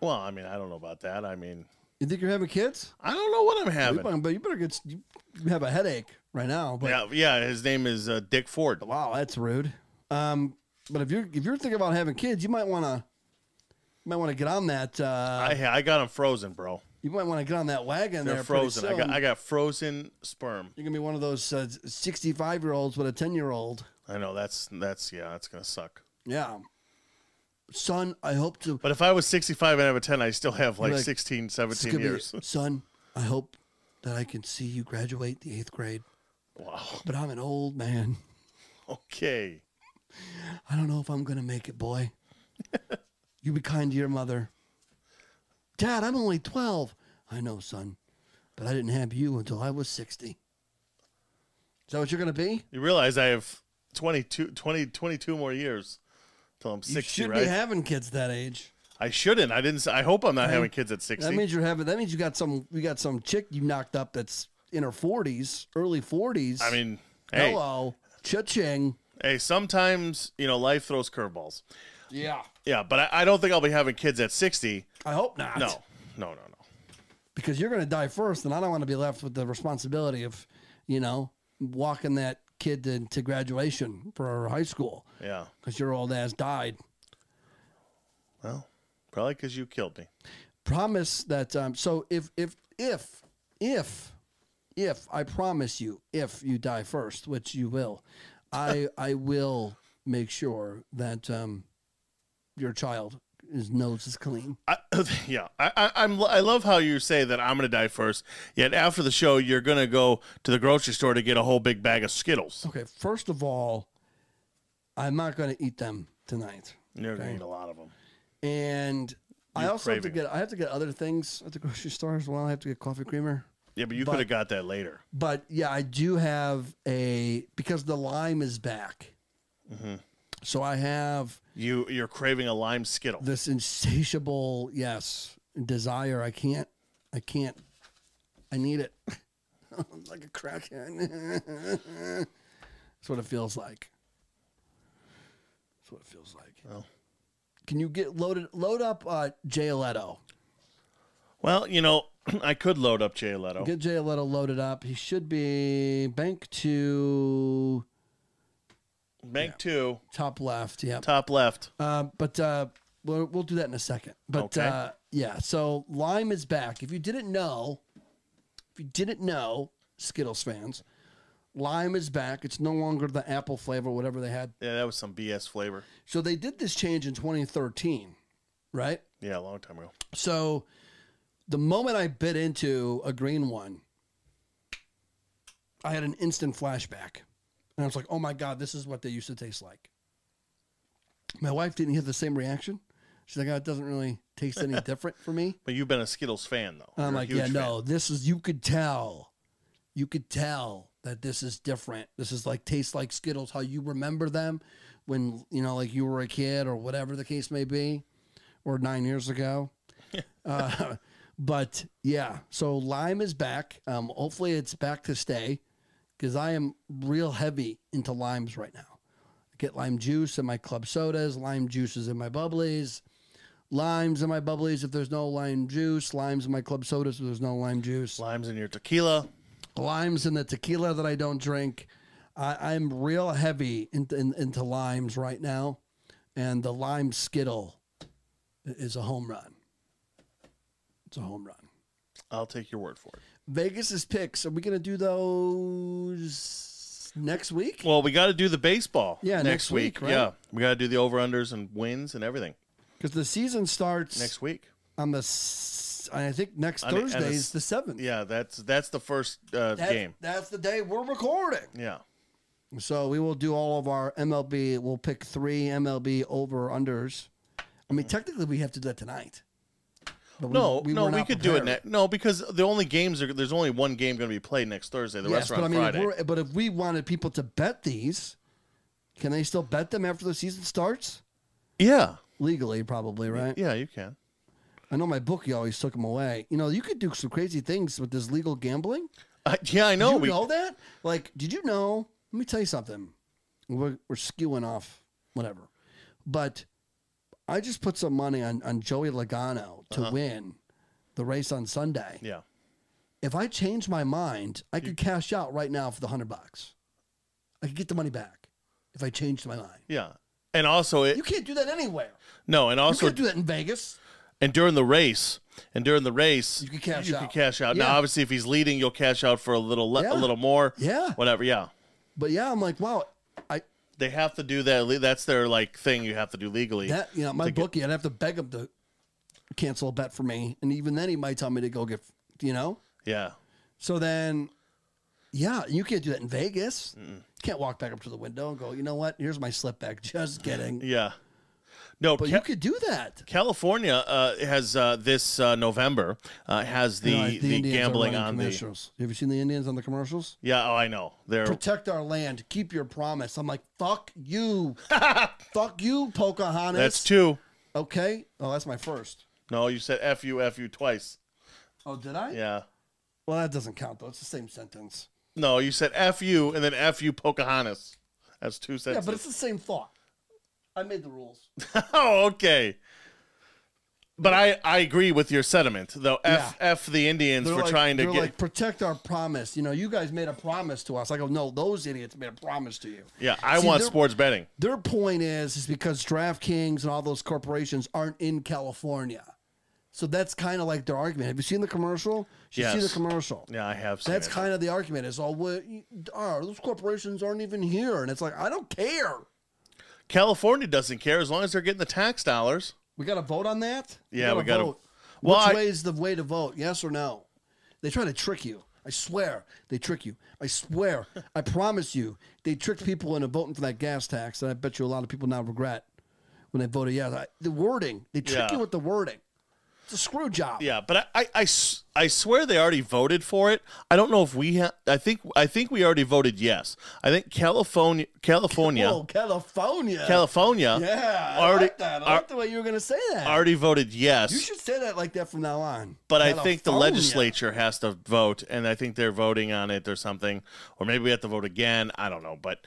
Speaker 3: Well, I mean, I don't know about that. I mean,
Speaker 2: You think you're having kids?
Speaker 3: I don't know what I'm
Speaker 2: You
Speaker 3: having.
Speaker 2: better, but you better get. s- You have a headache right now. But
Speaker 3: Yeah, yeah. His name is uh, Dick Ford.
Speaker 2: wow, that's rude. Um, but if you're if you're thinking about having kids, you might want to. Might want to get on that. Uh,
Speaker 3: I I got him frozen, bro.
Speaker 2: You might want to get on that wagon
Speaker 3: They're
Speaker 2: there. pretty
Speaker 3: frozen. I
Speaker 2: soon.
Speaker 3: got I got frozen sperm.
Speaker 2: You're gonna be one of those uh, 65 year olds with a 10 year old.
Speaker 3: I know that's that's yeah, that's gonna suck.
Speaker 2: Yeah, son. I hope to.
Speaker 3: But if I was 65 and I have a 10, I still have like,
Speaker 2: Like,
Speaker 3: 16,
Speaker 2: This is
Speaker 3: 17
Speaker 2: gonna be-
Speaker 3: years.
Speaker 2: son, I hope that I can see you graduate the eighth grade.
Speaker 3: Wow.
Speaker 2: But I'm an old man.
Speaker 3: Okay.
Speaker 2: I don't know if I'm gonna make it, boy. you be kind to your mother. Dad, I'm only 12. I know, son, but I didn't have you until I was 60. Is that what you're gonna be?
Speaker 3: You realize I have 22, 20, 22 more years till I'm
Speaker 2: you
Speaker 3: 60,
Speaker 2: should
Speaker 3: right?
Speaker 2: be having kids that age.
Speaker 3: I shouldn't. I didn't. s- I hope I'm not having kids at 60.
Speaker 2: That means you're having. That means you got some. You got some chick you knocked up that's in her forties, early forties.
Speaker 3: I mean, hey,
Speaker 2: hello, cha-ching.
Speaker 3: hey, sometimes, you know, life throws curveballs.
Speaker 2: Yeah,
Speaker 3: Yeah, but I, I don't think I'll be having kids at 60.
Speaker 2: I hope not.
Speaker 3: No, no, no, no.
Speaker 2: because you're gonna die first, and I don't want to be left with the responsibility of, you know, walking that kid to, to graduation for high school
Speaker 3: Yeah.
Speaker 2: because your old ass died.
Speaker 3: Well, probably because you killed me.
Speaker 2: promise that um, so if if if if if I promise you if you die first, which you will, I I will make sure that um, your child his nose is clean.
Speaker 3: I, yeah, I, I, I'm. I love how you say that I'm going to die first. Yet after the show, you're going to go to the grocery store to get a whole big bag of Skittles.
Speaker 2: Okay, first of all, I'm not going to eat them tonight,
Speaker 3: You're going to eat a lot of them.
Speaker 2: and I also have to
Speaker 3: craving
Speaker 2: get I have to get other things at the grocery store as well. I have to get coffee creamer.
Speaker 3: Yeah, but you could have got that later.
Speaker 2: But yeah, I do have a because the lime is back. So I have
Speaker 3: You you're craving a lime Skittle.
Speaker 2: this insatiable yes desire. I can't. I can't. I need it. I'm like a crackhead. That's what it feels like. That's what it feels like.
Speaker 3: Well.
Speaker 2: Can you get loaded? Load up uh, Jay Leto.
Speaker 3: well, you know, I could load up Jay Leto.
Speaker 2: Get Jay Leto loaded up. He should be bank to
Speaker 3: Bank two,
Speaker 2: top left. Yeah.
Speaker 3: top left.
Speaker 2: Uh, but uh, we'll, we'll do that in a second. But
Speaker 3: Okay.
Speaker 2: uh, yeah, so Lime is back. If you didn't know, if you didn't know, Skittles fans, Lime is back. It's no longer the apple flavor, whatever they had.
Speaker 3: Yeah, that was some BS flavor.
Speaker 2: So they did this change in 2013, right?
Speaker 3: Yeah, a long time ago.
Speaker 2: So the moment I bit into a green one, I had an instant flashback. And I was like, oh my God, this is what they used to taste like. My wife didn't have the same reaction. She's like, oh, it doesn't really taste any different for me.
Speaker 3: But you've been a Skittles fan though.
Speaker 2: And I'm
Speaker 3: You're a
Speaker 2: like,
Speaker 3: huge
Speaker 2: yeah,
Speaker 3: fan.
Speaker 2: no, this is, you could tell. You could tell that this is different. This is like, tastes like Skittles, how you remember them when, you know, like you were a kid or whatever the case may be, or nine years ago. uh, but yeah, so Lime is back. Um, hopefully it's back to stay because I am real heavy into limes right now. I get lime juice in my club sodas, lime juices in my bubblies limes in my bubblies if there's no lime juice, limes in my club sodas if there's no lime juice,
Speaker 3: Limes in your tequila.
Speaker 2: limes in the tequila that I don't drink. I, I'm real heavy into, in, into limes right now, and the lime skittle i- is a home run. It's a home run.
Speaker 3: I'll take your word for it.
Speaker 2: Vegas's picks. Are we gonna do those next week?
Speaker 3: Well, we got to do the baseball.
Speaker 2: Yeah, next week, right?
Speaker 3: Yeah, we got to do the over unders and wins and everything
Speaker 2: Because the season starts
Speaker 3: next week.
Speaker 2: on the. s- I think next
Speaker 3: On the- on the
Speaker 2: Thursday is
Speaker 3: s-
Speaker 2: the seventh.
Speaker 3: Yeah, that's that's the first uh, game.
Speaker 2: That's the day we're recording.
Speaker 3: Yeah,
Speaker 2: So we will do all of our MLB. We'll pick three MLB over unders. I mean, technically, we have to do that tonight. But we-
Speaker 3: No, no,
Speaker 2: were
Speaker 3: we
Speaker 2: not
Speaker 3: could do it.
Speaker 2: prepared.
Speaker 3: Ne- no, because the only games are there's only one game going to be played next Thursday. The
Speaker 2: Yes,
Speaker 3: rest are
Speaker 2: but
Speaker 3: on
Speaker 2: I mean, if
Speaker 3: Friday.
Speaker 2: we're, but if we wanted people to bet these, can they still bet them after the season starts?
Speaker 3: Yeah,
Speaker 2: Legally, probably, right?
Speaker 3: yeah, you can.
Speaker 2: I know my bookie always took them away. You know, you could do some crazy things with this legal gambling.
Speaker 3: I Uh, yeah, I know.
Speaker 2: you
Speaker 3: we
Speaker 2: know that? Like, did you know? Let me tell you something. We're, we're skewing off, whatever. But I just put some money on, on Joey Logano to win the race on Sunday.
Speaker 3: Uh-huh. Yeah,
Speaker 2: If I change my mind, I could cash out right now for the hundred bucks. I could get the money back if I changed my mind.
Speaker 3: yeah, and also it
Speaker 2: You can't do that anywhere.
Speaker 3: no, and
Speaker 2: You
Speaker 3: also
Speaker 2: can't do that in Vegas.
Speaker 3: and during the race and during the race
Speaker 2: You could cash
Speaker 3: you
Speaker 2: out.
Speaker 3: could cash out.
Speaker 2: Yeah.
Speaker 3: Now, obviously, if he's leading, you'll cash out for a little le-
Speaker 2: Yeah.
Speaker 3: a little more.
Speaker 2: Yeah.
Speaker 3: whatever. Yeah,
Speaker 2: But yeah, I'm like, wow, I
Speaker 3: they have to do that. Le- That's their like thing you have to do legally.
Speaker 2: that you know my
Speaker 3: to get-
Speaker 2: bookie. I'd have to beg him to cancel a bet for me, and even then he might tell me to go get you know.
Speaker 3: yeah,
Speaker 2: So then, yeah, you can't do that in Vegas. You can't walk back up to the window and go, you know what? Here's my slip back. Just kidding.
Speaker 3: yeah. No,
Speaker 2: But
Speaker 3: Ca-
Speaker 2: you could do that.
Speaker 3: California uh, has uh, this uh, November uh, has the
Speaker 2: You know, like,
Speaker 3: the,
Speaker 2: Indians are
Speaker 3: gambling
Speaker 2: running
Speaker 3: on the
Speaker 2: commercials. Have you seen the Indians on the commercials?
Speaker 3: yeah. Oh, I know. They're
Speaker 2: Protect our land. Keep your promise. I'm like, fuck you, fuck you, Pocahontas.
Speaker 3: that's two.
Speaker 2: okay. Oh, that's my first.
Speaker 3: No, you said f u f u twice.
Speaker 2: Oh, did I?
Speaker 3: Yeah.
Speaker 2: Well, that doesn't count though. It's the same sentence.
Speaker 3: No, you said f u and then f u Pocahontas. That's two
Speaker 2: Yeah,
Speaker 3: sentences.
Speaker 2: but it's the same thought. I made the rules.
Speaker 3: oh, okay. But I, I agree with your sentiment though. F f the Indians for
Speaker 2: like,
Speaker 3: trying to
Speaker 2: they're
Speaker 3: get
Speaker 2: like protect our promise. You know, you guys made a promise to us. I go, no, those idiots made a promise to you.
Speaker 3: yeah. I
Speaker 2: See,
Speaker 3: want
Speaker 2: they're-
Speaker 3: sports betting.
Speaker 2: Their point is, is because DraftKings and all those corporations aren't in California, so that's kind of like their argument. Have you seen the commercial? You should see
Speaker 3: Yes.
Speaker 2: the commercial.
Speaker 3: Yeah, I have. Seen
Speaker 2: That's
Speaker 3: it.
Speaker 2: kind of the argument. Is all well, you- oh, those corporations aren't even here, and it's like I don't care.
Speaker 3: California doesn't care as long as they're getting the tax dollars.
Speaker 2: We got to vote on that.
Speaker 3: Yeah, we gotta-
Speaker 2: vote.
Speaker 3: Well,
Speaker 2: Which
Speaker 3: I-
Speaker 2: way is the way to vote? Yes or no? They try to trick you. I swear they trick you. I swear. I promise you, they tricked people into voting for that gas tax, and I bet you a lot of people now regret when they voted yes. I, the wording, they trick
Speaker 3: Yeah.
Speaker 2: you with the wording. It's a screw job.
Speaker 3: Yeah, but I, I- I s- I swear they already voted for it. I don't know if we have. I think I think we already voted yes. I think California, California,
Speaker 2: Whoa, Oh, California.
Speaker 3: California,
Speaker 2: Yeah, I
Speaker 3: already
Speaker 2: like that. I
Speaker 3: ar-
Speaker 2: like the way you were going to say that.
Speaker 3: already voted yes.
Speaker 2: you should say that like that from now on.
Speaker 3: but I think the
Speaker 2: California.
Speaker 3: legislature has to vote, and I think they're voting on it or something, or maybe we have to vote again. I don't know, but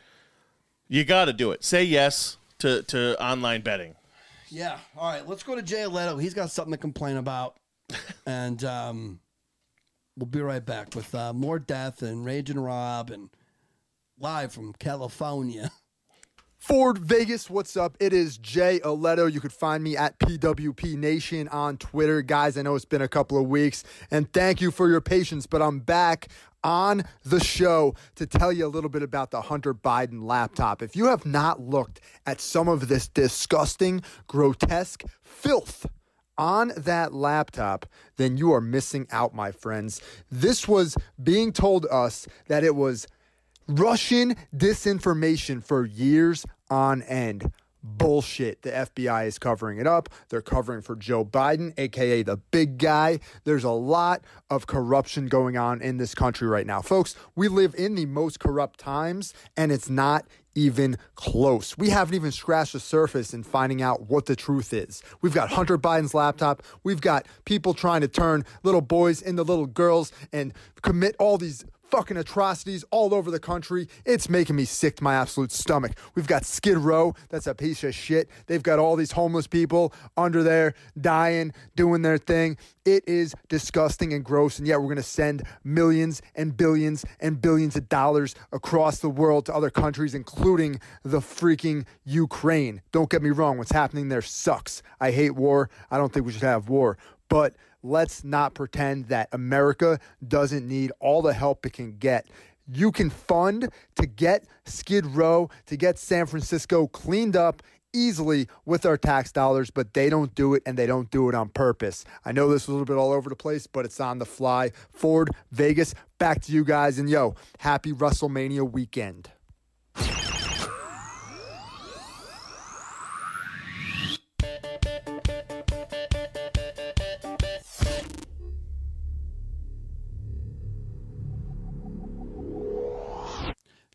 Speaker 3: you got to do it. Say yes to to online betting.
Speaker 2: Yeah. All right. Let's go to Jay Leto. He's got something to complain about. and um, we'll be right back with uh, more death and Rage and Rob and live from California.
Speaker 4: Ford Vegas, what's up? It is Jay Oletto. You could find me at PWP Nation on Twitter. Guys, I know it's been a couple of weeks, and thank you for your patience, but I'm back on the show to tell you a little bit about the Hunter Biden laptop. If you have not looked at some of this disgusting, grotesque filth, on that laptop, then you are missing out, my friends. This was being told us that it was Russian disinformation for years on end. Bullshit. The FBI is covering it up. They're covering for Joe Biden, aka the big guy. There's a lot of corruption going on in this country right now. Folks, we live in the most corrupt times, and it's not even close. We haven't even scratched the surface in finding out what the truth is. We've got Hunter Biden's laptop. We've got people trying to turn little boys into little girls and commit all these fucking atrocities all over the country. It's making me sick to my absolute stomach. We've got Skid Row, that's a piece of shit. They've got all these homeless people under there dying, doing their thing. It is disgusting and gross, and yet we're going to send millions and billions and billions of dollars across the world to other countries, including the freaking Ukraine. Don't get me wrong, what's happening there sucks. I hate war. I don't think we should have war. But let's not pretend that America doesn't need all the help it can get. You can fund to get Skid Row, to get San Francisco cleaned up easily with our tax dollars, but they don't do it and they don't do it on purpose. I know this was a little bit all over the place, but it's on the fly. Ford, Vegas, back to you guys. And yo, happy WrestleMania weekend.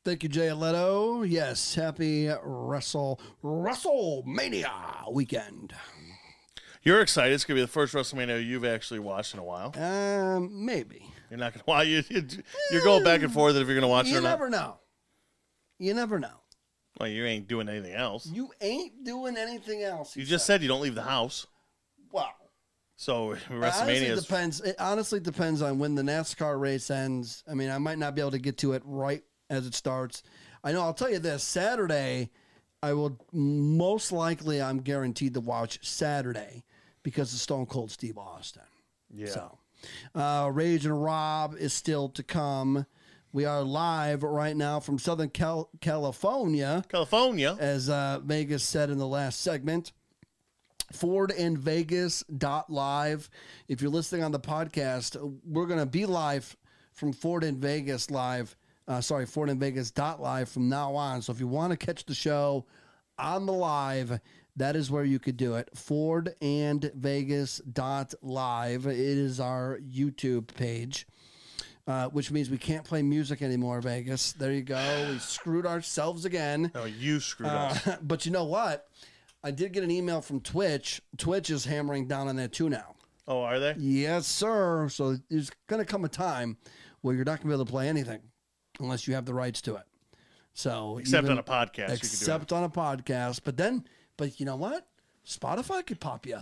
Speaker 2: Thank you, Jay Leto. Yes, happy Wrestle WrestleMania weekend.
Speaker 3: You're excited. It's going to be the first WrestleMania you've actually watched in a while.
Speaker 2: Um, maybe
Speaker 3: You're not going to watch you, you, You're going back and forth if you're going to watch it
Speaker 2: you
Speaker 3: or not.
Speaker 2: never know. You never know.
Speaker 3: Well, you ain't doing anything else.
Speaker 2: You ain't doing anything else.
Speaker 3: You
Speaker 2: he
Speaker 3: just
Speaker 2: said.
Speaker 3: said you don't leave the house.
Speaker 2: "Wow."
Speaker 3: So
Speaker 2: Honestly,
Speaker 3: WrestleMania
Speaker 2: it
Speaker 3: is.
Speaker 2: depends. It honestly depends on when the NASCAR race ends. I mean, I might not be able to get to it right as it starts. I know. I'll tell you this: Saturday, I will most likely. I'm guaranteed to watch Saturday because of Stone Cold Steve Austin.
Speaker 3: Yeah.
Speaker 2: So, uh, Rage and Rob is still to come. We are live right now from Southern Cal- California
Speaker 3: California.
Speaker 2: as uh, Vegas said in the last segment. Ford and Vegas dot live. If you're listening on the podcast, we're gonna be live from Ford and Vegas live. Uh, sorry, Ford and Vegas dot live from now on. So if you want to catch the show on the live, that is where you could do it. Ford and Vegas dot live. It is our YouTube page uh, which means we can't play music anymore, Vegas. There you go. We screwed ourselves again.
Speaker 3: No, Oh, you screwed
Speaker 2: Uh.
Speaker 3: up.
Speaker 2: but you know what? I did get an email from Twitch. Twitch is hammering down on that too now.
Speaker 3: Oh, are they?
Speaker 2: Yes, sir. So there's going to come a time where you're not going to be able to play anything unless you have the rights to it. So
Speaker 3: Except
Speaker 2: even-
Speaker 3: on a podcast. you could do it.
Speaker 2: except on a podcast. But then, but you know what? Spotify could pop you.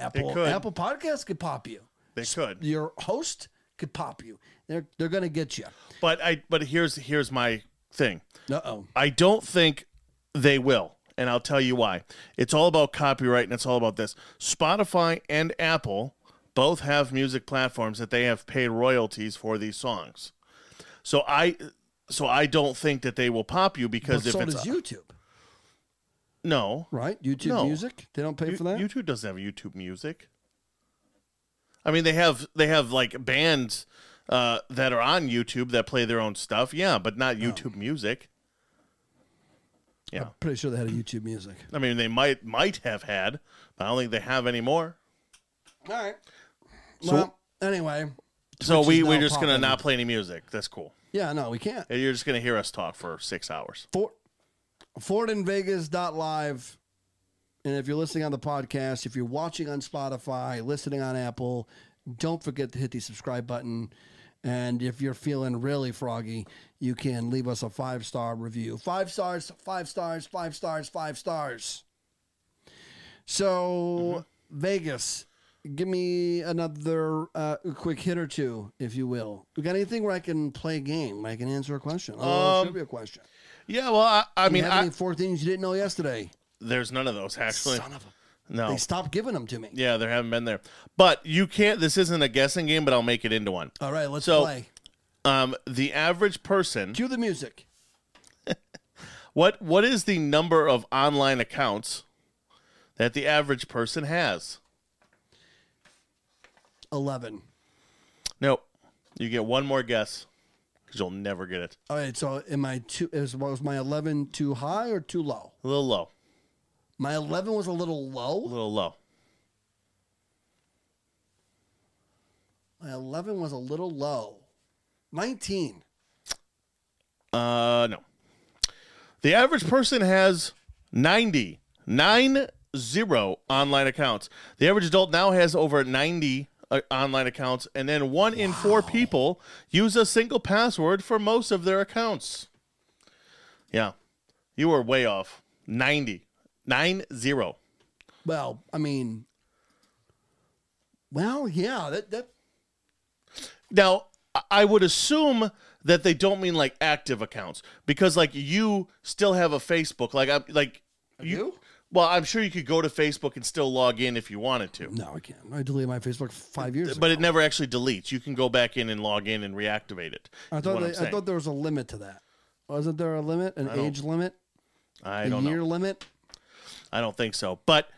Speaker 2: Apple
Speaker 3: could.
Speaker 2: Apple Podcasts could pop you.
Speaker 3: They could.
Speaker 2: Your host could pop you. They're they're going to get you.
Speaker 3: But I. But here's here's my thing.
Speaker 2: Uh oh.
Speaker 3: I don't think they will. And I'll tell you why. It's all about copyright and it's all about this. Spotify and Apple both have music platforms that they have paid royalties for these songs. So I so I don't think that they will pop you
Speaker 2: But
Speaker 3: because if
Speaker 2: so
Speaker 3: it's
Speaker 2: does YouTube,
Speaker 3: no.
Speaker 2: right? YouTube
Speaker 3: No.
Speaker 2: Music. They don't pay
Speaker 3: You-
Speaker 2: for that.
Speaker 3: YouTube doesn't have YouTube music. I mean they have they have like bands uh, that are on YouTube that play their own stuff. Yeah, but not YouTube music. Yeah.
Speaker 2: Pretty sure they had a YouTube Music.
Speaker 3: I mean, they might might have had, but I don't think they have anymore.
Speaker 2: All right.
Speaker 3: So-
Speaker 2: well, anyway.
Speaker 3: so
Speaker 2: Twitch
Speaker 3: we
Speaker 2: is now
Speaker 3: we're just gonna
Speaker 2: popping.
Speaker 3: not play any music. That's cool.
Speaker 2: Yeah. No, we can't.
Speaker 3: And You're just gonna hear us talk for six hours.
Speaker 2: Fort Ford and Vegas live. And if you're listening on the podcast, if you're watching on Spotify, listening on Apple, don't forget to hit the subscribe button. And if you're feeling really froggy, you can leave us a five star review. Five stars, five stars, five stars, five stars. So, Vegas, give me another uh, quick hit or two, if you will. We got anything where I can play a game, I can answer a question? Oh, it should be a question.
Speaker 3: Yeah, well, I,
Speaker 2: I
Speaker 3: I
Speaker 2: mean,
Speaker 3: mean,
Speaker 2: you have
Speaker 3: I,
Speaker 2: any four things you didn't know yesterday?
Speaker 3: there's none of those actually.
Speaker 2: Son of a.
Speaker 3: no,
Speaker 2: They stopped giving them to me.
Speaker 3: yeah, there haven't been there. But you can't. This isn't a guessing game, but I'll make it into one.
Speaker 2: All right, let's
Speaker 3: So-
Speaker 2: play.
Speaker 3: Um, the average person.
Speaker 2: Cue the music.
Speaker 3: What what is the number of online accounts that the average person has?
Speaker 2: Eleven.
Speaker 3: Nope. You get one more guess because you'll never get it.
Speaker 2: All right. So, am I too? Is was my eleven too high or too low?
Speaker 3: A little low.
Speaker 2: My eleven was a little
Speaker 3: A
Speaker 2: low.
Speaker 3: little low.
Speaker 2: My eleven was a little low. Nineteen.
Speaker 3: Uh, no. The average person has 90, nine zero online accounts. The average adult now has over 90 uh, online accounts, and then one in four people use a single password for most of their accounts. Yeah. You were way off. 90. Nine zero.
Speaker 2: Well, I mean, well, yeah. That that
Speaker 3: Now, I- I would assume that they don't mean like active accounts because like you still have a Facebook. Like I'm like
Speaker 2: you?
Speaker 3: Well, I'm sure you could go to Facebook and still log in if you wanted to,
Speaker 2: No, I can't. I deleted my Facebook five years ago.
Speaker 3: but it never actually deletes. You can go back in and log in and reactivate it.
Speaker 2: I
Speaker 3: is
Speaker 2: thought
Speaker 3: what I'm
Speaker 2: they, I
Speaker 3: saying.
Speaker 2: thought there was a limit to that. Wasn't there a limit? An
Speaker 3: don't-
Speaker 2: age limit?
Speaker 3: I
Speaker 2: a
Speaker 3: don't
Speaker 2: year
Speaker 3: know.
Speaker 2: limit?
Speaker 3: I don't think so. But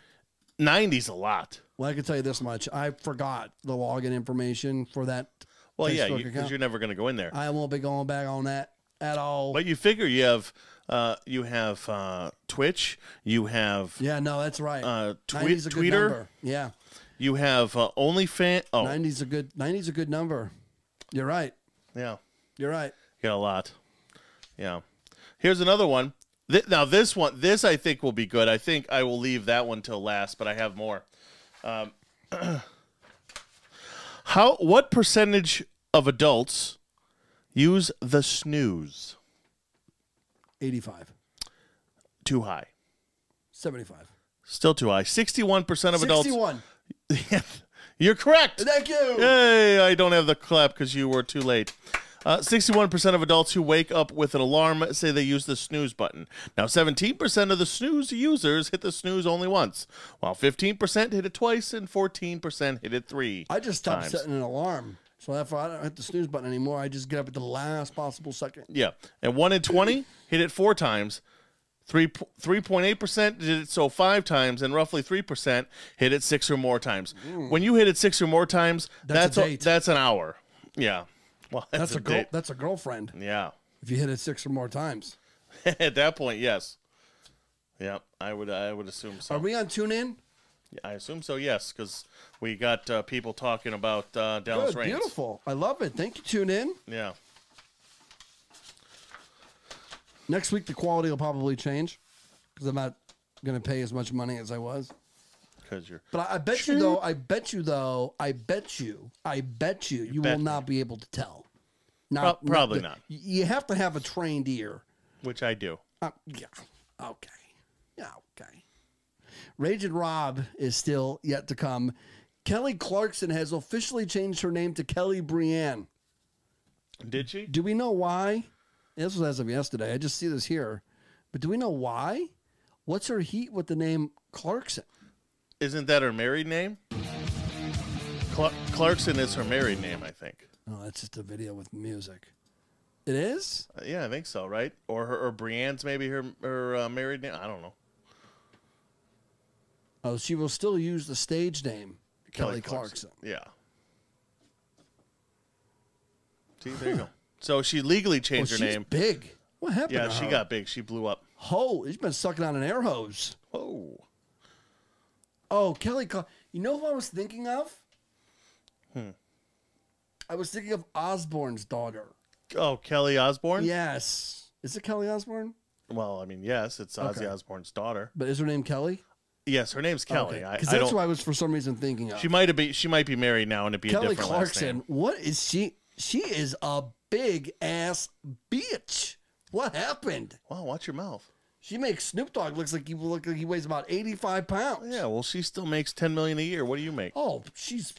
Speaker 3: 90's a lot.
Speaker 2: Well, I can tell you this much: I forgot the login information for that.
Speaker 3: Well, yeah,
Speaker 2: Facebook
Speaker 3: because
Speaker 2: account.
Speaker 3: you, are never going to go in there.
Speaker 2: I won't be going back on that at all.
Speaker 3: but you figure you have uh, you have uh, Twitch, you have
Speaker 2: yeah, no, that's right.
Speaker 3: uh, twi-
Speaker 2: 90's a good
Speaker 3: Twitter,
Speaker 2: number. Yeah,
Speaker 3: you have uh, OnlyFans. Oh,
Speaker 2: ninety's a good ninety's a good number. You're right.
Speaker 3: yeah.
Speaker 2: You're right.
Speaker 3: Got a lot. Yeah. Here's another one. Th- now this one, this I think will be good. I think I will leave that one till last, but I have more. Um, how? What percentage of adults use the snooze?
Speaker 2: 85,
Speaker 3: Too high.
Speaker 2: 75,
Speaker 3: Still too high. Sixty-one percent of adults.
Speaker 2: 61.
Speaker 3: You're correct.
Speaker 2: Thank you.
Speaker 3: Yay! I don't have the clap because you were too late. Uh, Sixty-one percent of adults who wake up with an alarm say they use the snooze button. Now, seventeen percent of the snooze users hit the snooze only once, while fifteen percent hit it twice and fourteen percent hit it three.
Speaker 2: I just stopped
Speaker 3: times.
Speaker 2: setting an alarm. So therefore, I don't hit the snooze button anymore. I just get up at the last possible second.
Speaker 3: Yeah, and one in twenty hit it four times. Three three point eight percent did it so five times, and roughly three percent hit it six or more times. When you hit it six or more times,
Speaker 2: That's
Speaker 3: that's
Speaker 2: a
Speaker 3: a-
Speaker 2: date.
Speaker 3: that's an hour. Yeah, well, that's,
Speaker 2: That's a girl.
Speaker 3: date.
Speaker 2: That's a girlfriend.
Speaker 3: Yeah.
Speaker 2: If you hit it six or more times,
Speaker 3: At that point, yes. Yeah, I would. I would assume so.
Speaker 2: are we on TuneIn?
Speaker 3: I assume so. Yes, because we got uh, people talking about uh, Dallas
Speaker 2: Good,
Speaker 3: Reigns.
Speaker 2: beautiful. I love it. Thank you, TuneIn.
Speaker 3: Yeah.
Speaker 2: Next week, the quality will probably change because I'm not going to pay as much money as I was.
Speaker 3: Because you're.
Speaker 2: But I, I bet you though. I bet you though. I bet you. I bet you. You, will
Speaker 3: bet me.
Speaker 2: not be able to tell. Not,
Speaker 3: Pro- probably not.
Speaker 2: y- You have to have a trained ear.
Speaker 3: Which I do.
Speaker 2: Uh, yeah. Okay. Yeah. Okay. Rage and Rob is still yet to come. Kelly Clarkson has officially changed her name to Kelly Brienne.
Speaker 3: Did she?
Speaker 2: Do we know why? This was as of yesterday. I just see this here. But do we know why? What's her heat with the name Clarkson?
Speaker 3: Isn't that her married name? Cla- Clarkson is her married name, I think.
Speaker 2: Oh, that's just a video with music. It is?
Speaker 3: Uh, yeah, I think so. Right? Or her, or Brienne's maybe her her uh, married name. I don't know.
Speaker 2: Oh, she will still use the stage name Kelly, Clarkson.
Speaker 3: Yeah. See, there you go. So she legally
Speaker 2: Oh,
Speaker 3: changed
Speaker 2: she's
Speaker 3: her name.
Speaker 2: big. What happened?
Speaker 3: Yeah,
Speaker 2: to
Speaker 3: she
Speaker 2: her?
Speaker 3: got big. She blew up.
Speaker 2: Ho, she's been sucking on an air hose.
Speaker 3: Oh.
Speaker 2: Oh, Kelly Clark. You know who I was thinking of?
Speaker 3: Hmm.
Speaker 2: I was thinking of Osborne's daughter.
Speaker 3: Oh, Kelly Osborne?
Speaker 2: Yes. Is it Kelly Osborne?
Speaker 3: Well, I mean, yes, it's Ozzy
Speaker 2: Okay.
Speaker 3: Osborne's daughter.
Speaker 2: But is her name Kelly?
Speaker 3: Yes, her name's Kelly. I, I
Speaker 2: Because that's
Speaker 3: don't.
Speaker 2: who I was for some reason thinking of.
Speaker 3: she might be. She might be married now, and it'd be a
Speaker 2: Kelly
Speaker 3: different Last
Speaker 2: Clarkson.
Speaker 3: name.
Speaker 2: What is she? She is a big ass bitch. What happened?
Speaker 3: Wow, watch your mouth.
Speaker 2: She makes Snoop Dogg looks like he look like he weighs about eighty five pounds.
Speaker 3: Yeah, well, she still makes ten million a year. What do you make?
Speaker 2: Oh, she's.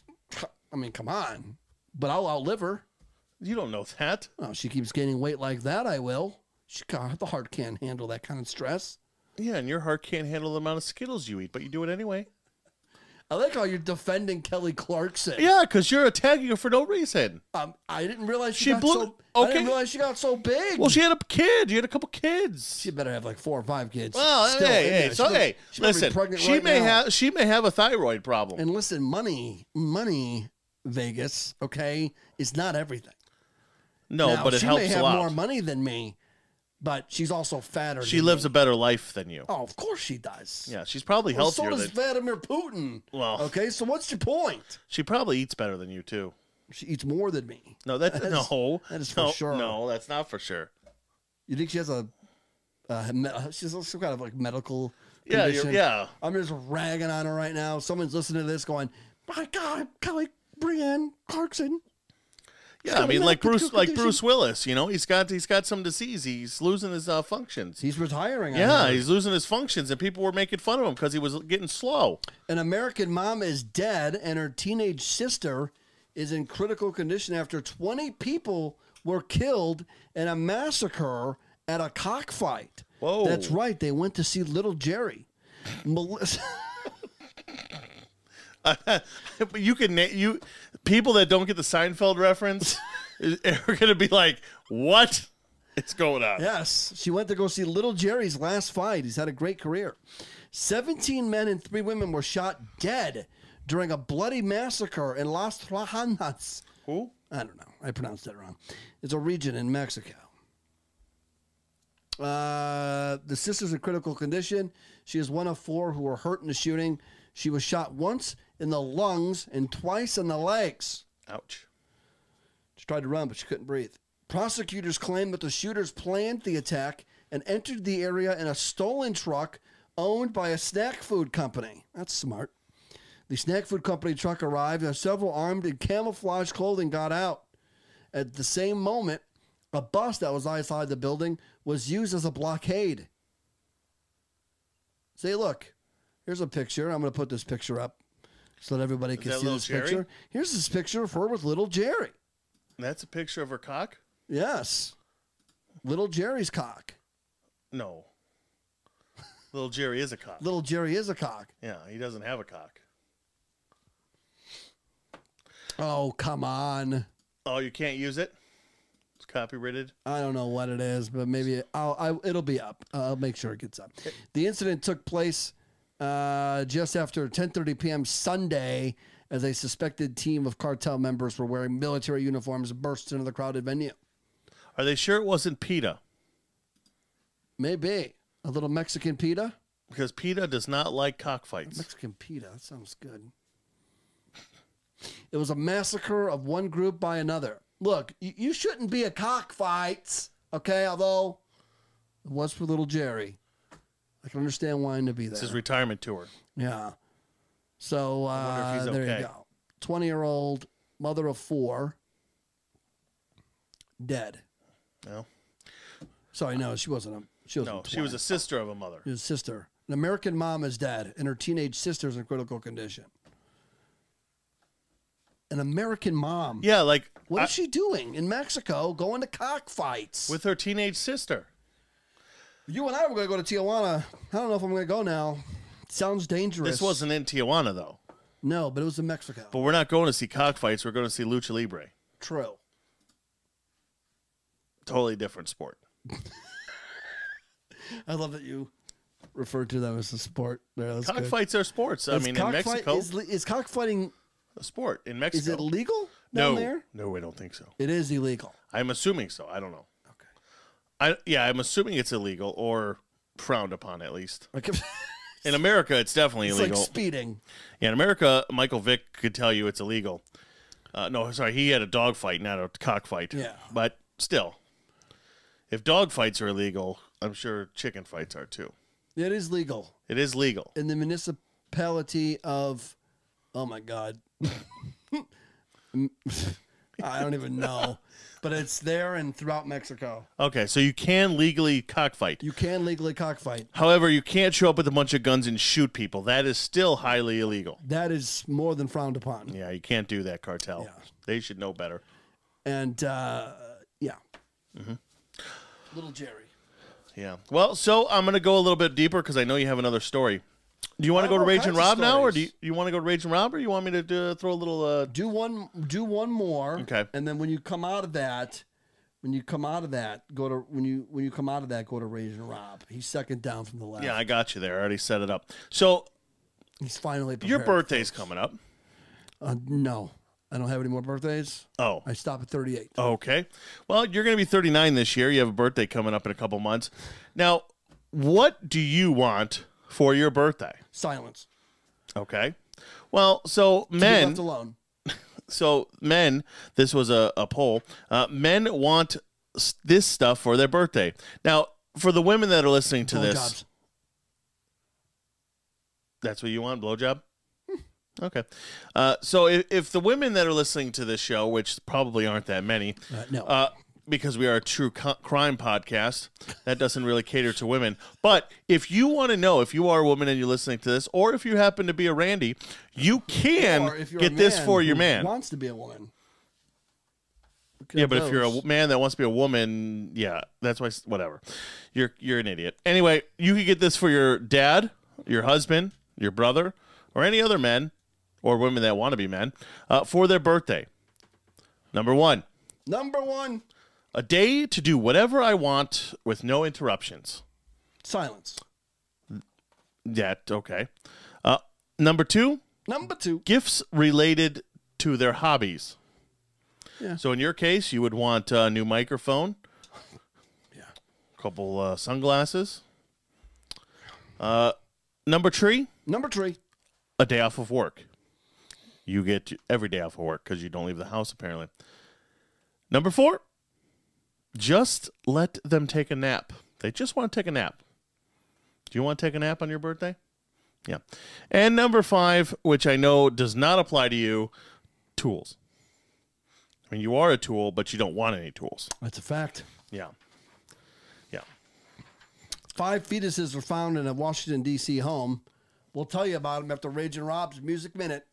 Speaker 2: I mean, come on. But I'll outlive her.
Speaker 3: You don't know that.
Speaker 2: Oh, she keeps gaining weight like that. I will. She God, the heart can't handle that kind of stress.
Speaker 3: Yeah, and your heart can't handle the amount of Skittles you eat, but you do it anyway.
Speaker 2: I like how you're defending Kelly Clarkson.
Speaker 3: Yeah, because you're attacking her for no reason.
Speaker 2: Um, I didn't realize she,
Speaker 3: She
Speaker 2: got
Speaker 3: blew-
Speaker 2: so. I didn't
Speaker 3: okay.
Speaker 2: realize she got so big.
Speaker 3: Well, she had a kid. You had a couple kids.
Speaker 2: She better have like four or five kids.
Speaker 3: well,
Speaker 2: still
Speaker 3: hey,
Speaker 2: in
Speaker 3: hey,
Speaker 2: there. She
Speaker 3: so,
Speaker 2: better-
Speaker 3: hey,
Speaker 2: she better be
Speaker 3: listen.
Speaker 2: pregnant
Speaker 3: She
Speaker 2: right
Speaker 3: may
Speaker 2: now.
Speaker 3: have. She may have a thyroid problem.
Speaker 2: And listen, money, money, Vegas, okay, is not everything.
Speaker 3: no,
Speaker 2: Now,
Speaker 3: but it
Speaker 2: she
Speaker 3: helps
Speaker 2: may
Speaker 3: a
Speaker 2: have
Speaker 3: lot.
Speaker 2: more money than me, but she's also fatter.
Speaker 3: she
Speaker 2: than
Speaker 3: lives
Speaker 2: me.
Speaker 3: a better life than you.
Speaker 2: Oh, of course she does.
Speaker 3: Yeah, she's probably
Speaker 2: Well, so
Speaker 3: healthier
Speaker 2: does
Speaker 3: than
Speaker 2: Vladimir Putin.
Speaker 3: Well.
Speaker 2: okay, so what's your point?
Speaker 3: She probably eats better than you too.
Speaker 2: She eats more than me.
Speaker 3: No, that's,
Speaker 2: That is-
Speaker 3: no,
Speaker 2: that is for
Speaker 3: no,
Speaker 2: sure.
Speaker 3: No, that's not for sure.
Speaker 2: You think she has a, uh, me- she's also kind of like medical.
Speaker 3: Yeah, you're-
Speaker 2: condition?
Speaker 3: yeah.
Speaker 2: I'm just ragging on her right now. Someone's listening to this going, "My God, Kelly Brienne Clarkson."
Speaker 3: Yeah, I
Speaker 2: got
Speaker 3: mean,
Speaker 2: a
Speaker 3: like
Speaker 2: medical
Speaker 3: Bruce, like
Speaker 2: condition.
Speaker 3: Bruce Willis. You know, he's got he's got some disease. He's losing his uh, functions.
Speaker 2: He's retiring. I
Speaker 3: Yeah,
Speaker 2: heard.
Speaker 3: he's losing his functions, and people were making fun of him because he was getting slow.
Speaker 2: An American mom is dead, and her teenage sister is in critical condition after 20 people were killed in a massacre at a cockfight.
Speaker 3: Whoa.
Speaker 2: That's right. They went to see Little Jerry. Melissa.
Speaker 3: But you can na- you people that don't get the Seinfeld reference is- are going to be like, "What is going on?"
Speaker 2: Yes, she went to go see Little Jerry's last fight. He's had a great career. 17 men and three women were shot dead during a bloody massacre in Las Trajanas.
Speaker 3: Who?
Speaker 2: I don't know. I pronounced that wrong. It's a region in Mexico. Uh, the sister's in critical condition. She is one of four who were hurt in the shooting. She was shot once in the lungs and twice in the legs.
Speaker 3: Ouch.
Speaker 2: She tried to run, but she couldn't breathe. Prosecutors claim that the shooters planned the attack and entered the area in a stolen truck owned by a snack food company. That's smart. The snack food company truck arrived and several armed in camouflage clothing got out. At the same moment, a bus that was outside the building was used as a blockade. Say, look, here's a picture. I'm going to put this picture up so that everybody can
Speaker 3: that
Speaker 2: see
Speaker 3: little
Speaker 2: this
Speaker 3: Jerry?
Speaker 2: picture. Here's this picture of her with little Jerry.
Speaker 3: That's a picture of her cock?
Speaker 2: Yes. Little Jerry's cock.
Speaker 3: No. Little Jerry is a cock.
Speaker 2: Little Jerry is a cock.
Speaker 3: Yeah, he doesn't have a cock.
Speaker 2: Oh, come on.
Speaker 3: Oh, you can't use it? It's copyrighted.
Speaker 2: I don't know what it is, but maybe I'll, I, it'll be up. I'll make sure it gets up. The incident took place uh, just after 10:30 p.m. Sunday, as a suspected team of cartel members were wearing military uniforms burst into the crowded venue.
Speaker 3: Are they sure it wasn't PETA?
Speaker 2: Maybe a little Mexican pita.
Speaker 3: Because PETA does not like cockfights.
Speaker 2: Mexican pita. That sounds good. It was a massacre of one group by another. Look, you, you shouldn't be a cockfight, okay? Although it was for little Jerry. I can understand wanting to be there.
Speaker 3: It's his retirement tour.
Speaker 2: yeah. So
Speaker 3: wonder if
Speaker 2: uh,
Speaker 3: he's
Speaker 2: there
Speaker 3: okay.
Speaker 2: you go. 20 year old mother of four, dead.
Speaker 3: No,
Speaker 2: Sorry, no, she wasn't. A, she was
Speaker 3: no, she was a sister of a mother.
Speaker 2: his sister. An American mom is dead, and her teenage sister is in critical condition. An American mom.
Speaker 3: Yeah, like
Speaker 2: What is
Speaker 3: I-
Speaker 2: she doing in Mexico going to cockfights?
Speaker 3: with her teenage sister.
Speaker 2: you and I were going to go to Tijuana. I don't know if I'm going to go now. Sounds dangerous.
Speaker 3: This wasn't in Tijuana though.
Speaker 2: No, but it was in Mexico.
Speaker 3: But we're not going to see cockfights. We're going to see lucha libre.
Speaker 2: True.
Speaker 3: Totally different sport.
Speaker 2: I love that you referred to them as a sport. There, that's good.
Speaker 3: Cockfights are sports. I
Speaker 2: Is
Speaker 3: mean, in
Speaker 2: cockfight-
Speaker 3: Mexico,
Speaker 2: Is, le- is cockfighting,
Speaker 3: a sport in
Speaker 2: is
Speaker 3: Mexico.
Speaker 2: it legal down
Speaker 3: no,
Speaker 2: there?
Speaker 3: no, I don't think so.
Speaker 2: It is illegal.
Speaker 3: I'm assuming so. I don't know.
Speaker 2: Okay.
Speaker 3: I yeah, I'm assuming it's illegal or frowned upon at least.
Speaker 2: Like, it's
Speaker 3: In America, it's definitely
Speaker 2: like
Speaker 3: illegal.
Speaker 2: speeding.
Speaker 3: yeah, in America, Michael Vick could tell you it's illegal. Uh, no, sorry, he had a dog fight, not a cockfight.
Speaker 2: Yeah.
Speaker 3: but still, if dog fights are illegal, I'm sure chicken fights are too.
Speaker 2: It is legal.
Speaker 3: It is legal.
Speaker 2: in the municipality of oh my god i don't even know but it's there and throughout mexico
Speaker 3: Okay, so you can legally cockfight.
Speaker 2: you can legally cockfight
Speaker 3: However, you can't show up with a bunch of guns and shoot people. That is still highly illegal.
Speaker 2: that is more than frowned upon
Speaker 3: Yeah, you can't do that, cartel.
Speaker 2: Yeah.
Speaker 3: They should know better.
Speaker 2: and uh, yeah
Speaker 3: Mm-hmm.
Speaker 2: little jerry
Speaker 3: Yeah. Well, so I'm going to go a little bit deeper because I know you have another story. Do you want
Speaker 2: I
Speaker 3: to go
Speaker 2: have
Speaker 3: to
Speaker 2: all
Speaker 3: Rage
Speaker 2: kinds
Speaker 3: and
Speaker 2: of
Speaker 3: Rob now, or do you,
Speaker 2: stories.
Speaker 3: you want to go to Rage and Rob, or you want me to do, throw a little? Uh,
Speaker 2: do one do one more
Speaker 3: Okay.
Speaker 2: and then when you come out of that when you come out of that go to when you when you come out of that go to Rage and rob he's second down from the left
Speaker 3: yeah, I got you there. I already set it up. So
Speaker 2: he's finally
Speaker 3: your
Speaker 2: prepared.
Speaker 3: birthday's coming up.
Speaker 2: uh, no i don't have any more birthdays
Speaker 3: Oh,
Speaker 2: i stop at 38
Speaker 3: okay. Well, you're going to be 39 this year. You have a birthday coming up in a couple months. Now, what do you want for your birthday?
Speaker 2: silence
Speaker 3: Okay. Well, so
Speaker 2: and
Speaker 3: men,
Speaker 2: left alone.
Speaker 3: so men, this was a, a poll. Uh, men want s- this stuff for their birthday. Now, for the women that are listening to this,
Speaker 2: Blowjobs.
Speaker 3: that's what you want, blowjob. Hmm. Okay. Uh, so if, if the women that are listening to this show, which probably aren't that many,
Speaker 2: Uh, no.
Speaker 3: uh, because we are a true co- crime podcast that doesn't really cater to women. But if you want to know if you are a woman and you're listening to this, or if you happen to be a Randy, you can
Speaker 2: Or if you're a
Speaker 3: get this
Speaker 2: man
Speaker 3: for your
Speaker 2: who
Speaker 3: man.
Speaker 2: Wants to be a woman. We could
Speaker 3: Yeah,
Speaker 2: have
Speaker 3: but if you're a
Speaker 2: those.
Speaker 3: w- man that wants to be a woman, yeah, that's why. s- Whatever, you're you're an idiot. Anyway, you could get this for your dad, your husband, your brother, or any other men or women that want to be men uh, for their birthday. Number one,
Speaker 2: number one,
Speaker 3: a day to do whatever I want with no interruptions.
Speaker 2: silence.
Speaker 3: That okay. Uh, number two,
Speaker 2: Number two,
Speaker 3: gifts related to their hobbies.
Speaker 2: Yeah.
Speaker 3: So in your case, you would want a new microphone.
Speaker 2: Yeah.
Speaker 3: Couple uh, sunglasses. Uh, number three,
Speaker 2: number three,
Speaker 3: a day off of work. You get every day off of work because you don't leave the house apparently. Number four, just let them take a nap They just want to take a nap. Do you want to take a nap on your birthday? Yeah. And number five, which I know does not apply to you, tools. I mean, you are a tool, but you don't want any tools.
Speaker 2: That's a fact.
Speaker 3: Yeah. Yeah.
Speaker 2: Five fetuses were found in a Washington, D.C. home. We'll tell you about them after Raging Rob's Music Minute.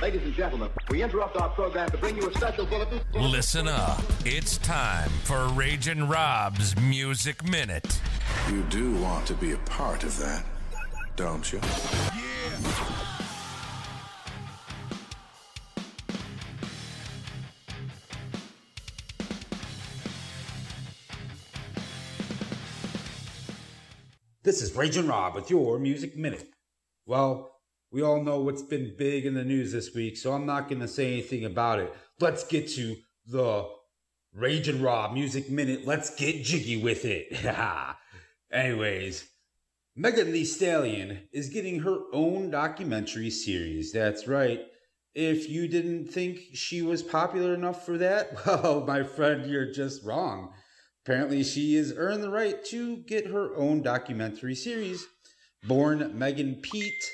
Speaker 5: Ladies and gentlemen, we interrupt our program to bring you a special bulletin.
Speaker 6: Listen up. It's time for Ragin' Rob's Music Minute.
Speaker 7: You do want to be a part of that, don't you?
Speaker 8: This is Raging Rob with your Music Minute. Well, we all know what's been big in the news this week, so I'm not going to say anything about it. Let's get to the Raging Rob Music Minute. Let's get jiggy with it. Anyways, Megan Thee Stallion is getting her own documentary series. That's right. If you didn't think she was popular enough for that, well, my friend, you're just wrong. Apparently, she has earned the right to get her own documentary series. Born Megan Pete,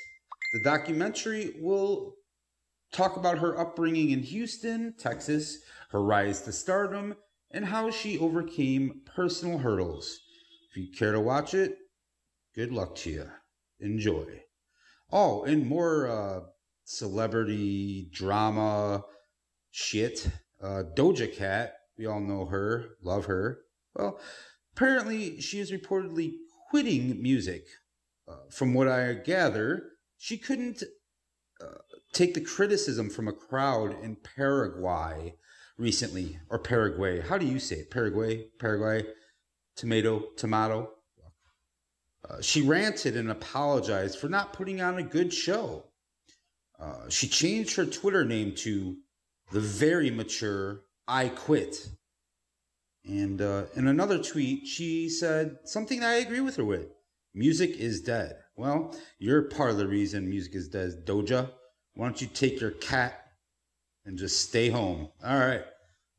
Speaker 8: the documentary will talk about her upbringing in Houston, Texas, her rise to stardom, and how she overcame personal hurdles. If you care to watch it, good luck to you. Enjoy. Oh, and more uh, celebrity drama shit. Uh, Doja Cat, we all know her, love her. Well, apparently she is reportedly quitting music. Uh, from what I gather, she couldn't uh, take the criticism from a crowd in Paraguay recently, or Paraguay. How do you say it? Paraguay, Paraguay, tomato, tomato. Uh, she ranted and apologized for not putting on a good show. Uh, she changed her Twitter name to the very mature I Quit. And uh, in another tweet, she said something that I agree with her with music is dead. Well, you're part of the reason music is dead, Doja. Why don't you take your cat and just stay home? All right.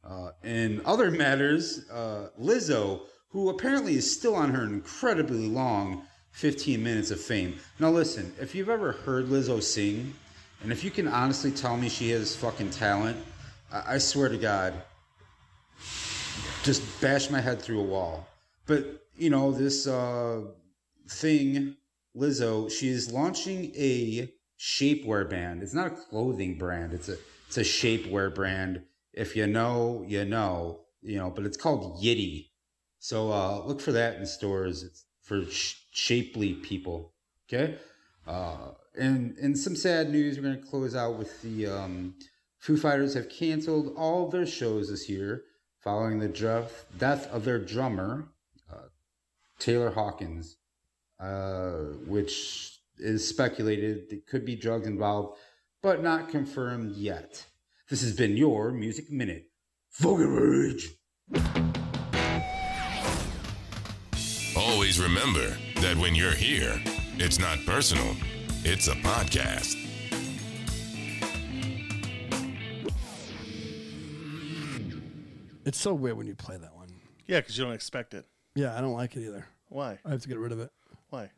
Speaker 8: Uh, in other matters, uh, Lizzo, who apparently is still on her incredibly long 15 minutes of fame. Now, listen, if you've ever heard Lizzo sing, and if you can honestly tell me she has fucking talent, I, I swear to God, just bash my head through a wall. But, you know, this uh, thing, Lizzo, she is launching a shapewear brand. It's not a clothing brand. It's a it's a shapewear brand. If you know, you know, you know. But it's called Yiddy. So uh, look for that in stores. It's for sh- shapely people. Okay. Uh, and and some sad news. We're gonna close out with the um, Foo Fighters have canceled all of their shows this year following the death death of their drummer uh, Taylor Hawkins uh, which is speculated. It could be drugs involved, but not confirmed yet. This has been your Music Minute. Fucking Rage!
Speaker 6: Always remember that when you're here, it's not personal, it's a podcast.
Speaker 2: It's so weird when you play that one.
Speaker 3: Yeah, because you don't expect it.
Speaker 2: Yeah, I don't like it either.
Speaker 3: Why?
Speaker 2: I have to get rid of it.
Speaker 3: Why?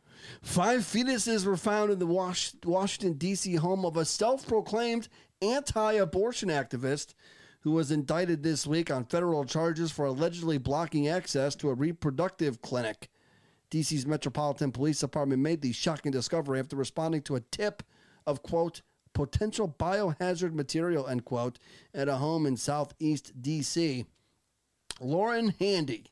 Speaker 2: Five fetuses were found in the Wash- Washington, D.C. home of a self proclaimed anti abortion activist who was indicted this week on federal charges for allegedly blocking access to a reproductive clinic. D.C.'s Metropolitan Police Department made the shocking discovery after responding to a tip of, quote, potential biohazard material, end quote, at a home in southeast D.C. Lauren Handy.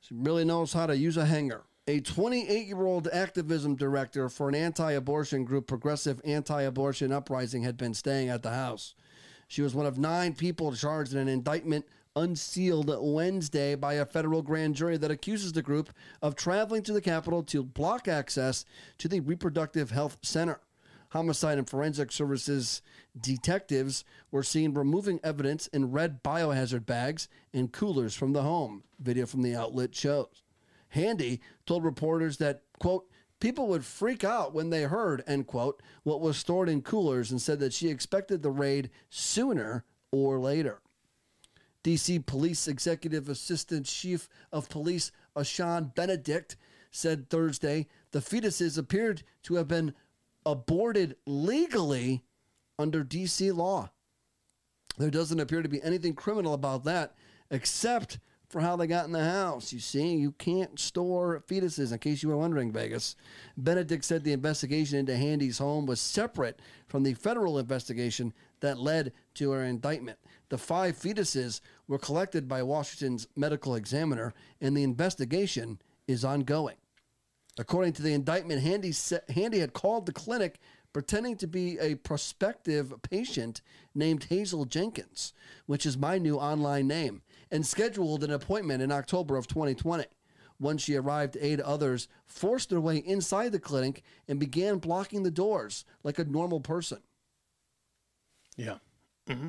Speaker 2: She really knows how to use a hanger. A 28 year old activism director for an anti abortion group, Progressive Anti Abortion Uprising, had been staying at the house. She was one of nine people charged in an indictment unsealed Wednesday by a federal grand jury that accuses the group of traveling to the Capitol to block access to the Reproductive Health Center. Homicide and Forensic Services detectives were seen removing evidence in red biohazard bags and coolers from the home, video from the outlet shows. Handy told reporters that, quote, people would freak out when they heard, end quote, what was stored in coolers and said that she expected the raid sooner or later. DC Police Executive Assistant Chief of Police Ashan Benedict said Thursday the fetuses appeared to have been aborted legally under DC law. There doesn't appear to be anything criminal about that, except for how they got in the house. You see, you can't store fetuses, in case you were wondering, Vegas. Benedict said the investigation into Handy's home was separate from the federal investigation that led to her indictment. The five fetuses were collected by Washington's medical examiner, and the investigation is ongoing. According to the indictment, Handy, sa- Handy had called the clinic pretending to be a prospective patient named Hazel Jenkins, which is my new online name, and scheduled an appointment in October of 2020. When she arrived, eight others forced their way inside the clinic and began blocking the doors like a normal person.
Speaker 3: Yeah. hmm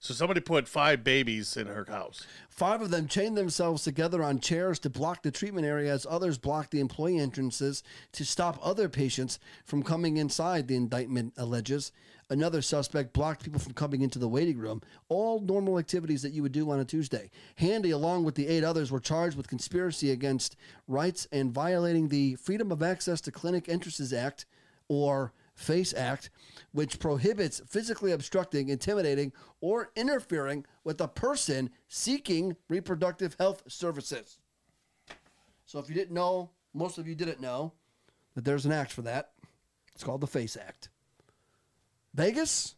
Speaker 3: So somebody put five babies in her house.
Speaker 2: Five of them chained themselves together on chairs to block the treatment area as others blocked the employee entrances to stop other patients from coming inside, the indictment alleges. Another suspect blocked people from coming into the waiting room, all normal activities that you would do on a Tuesday. Handy, along with the eight others, were charged with conspiracy against rights and violating the Freedom of Access to Clinic Entrances Act or FACE Act, which prohibits physically obstructing, intimidating, or interfering with a person seeking reproductive health services. So, if you didn't know, most of you didn't know that there's an act for that. It's called the FACE Act. Vegas,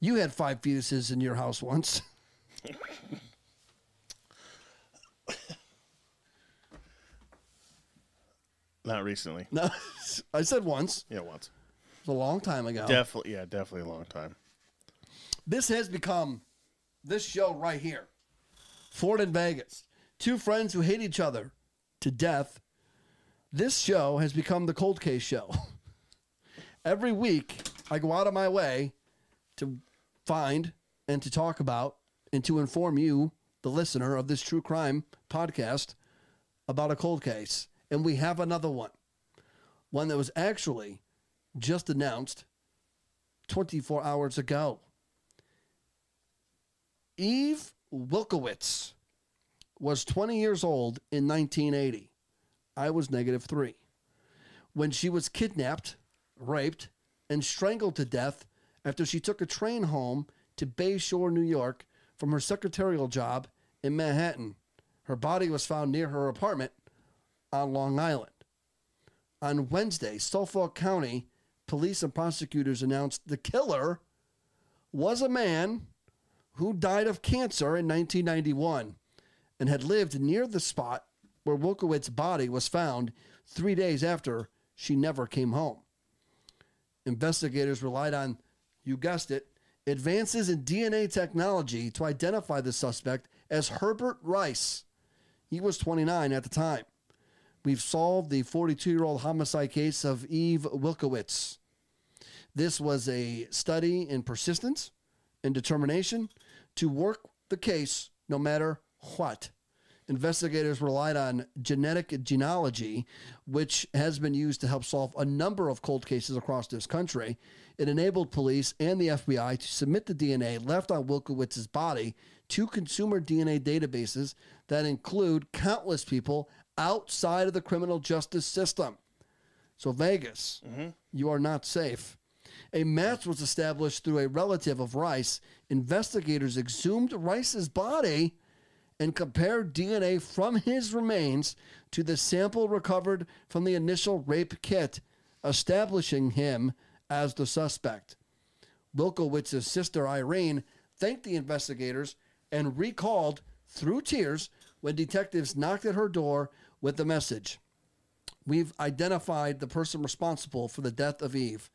Speaker 2: you had five fetuses in your house once.
Speaker 3: Not recently.
Speaker 2: No, I said once.
Speaker 3: Yeah, once.
Speaker 2: It was a long time ago.
Speaker 3: Definitely. Yeah, definitely a long time.
Speaker 2: this has become this show right here Ford and Vegas. Two friends who hate each other to death. This show has become the cold case show. Every week, I go out of my way to find and to talk about and to inform you, the listener of this true crime podcast, about a cold case. And we have another one, one that was actually just announced 24 hours ago. Eve Wilkowitz was 20 years old in 1980. I was negative three. When she was kidnapped, raped, and strangled to death after she took a train home to Bayshore, New York from her secretarial job in Manhattan, her body was found near her apartment on Long Island. On Wednesday, Suffolk County police and prosecutors announced the killer was a man who died of cancer in 1991 and had lived near the spot where Wilkowitz's body was found three days after she never came home. Investigators relied on, you guessed it, advances in DNA technology to identify the suspect as Herbert Rice. He was 29 at the time. We've solved the 42 year old homicide case of Eve Wilkowitz. This was a study in persistence and determination to work the case no matter what. Investigators relied on genetic genealogy, which has been used to help solve a number of cold cases across this country. It enabled police and the FBI to submit the DNA left on Wilkowitz's body to consumer DNA databases that include countless people outside of the criminal justice system. So, Vegas, you are not safe. A match was established through a relative of Rice. Investigators exhumed Rice's body and compared DNA from his remains to the sample recovered from the initial rape kit, establishing him as the suspect. Wilkowitz's sister Irene thanked the investigators and recalled through tears when detectives knocked at her door with the message We've identified the person responsible for the death of Eve.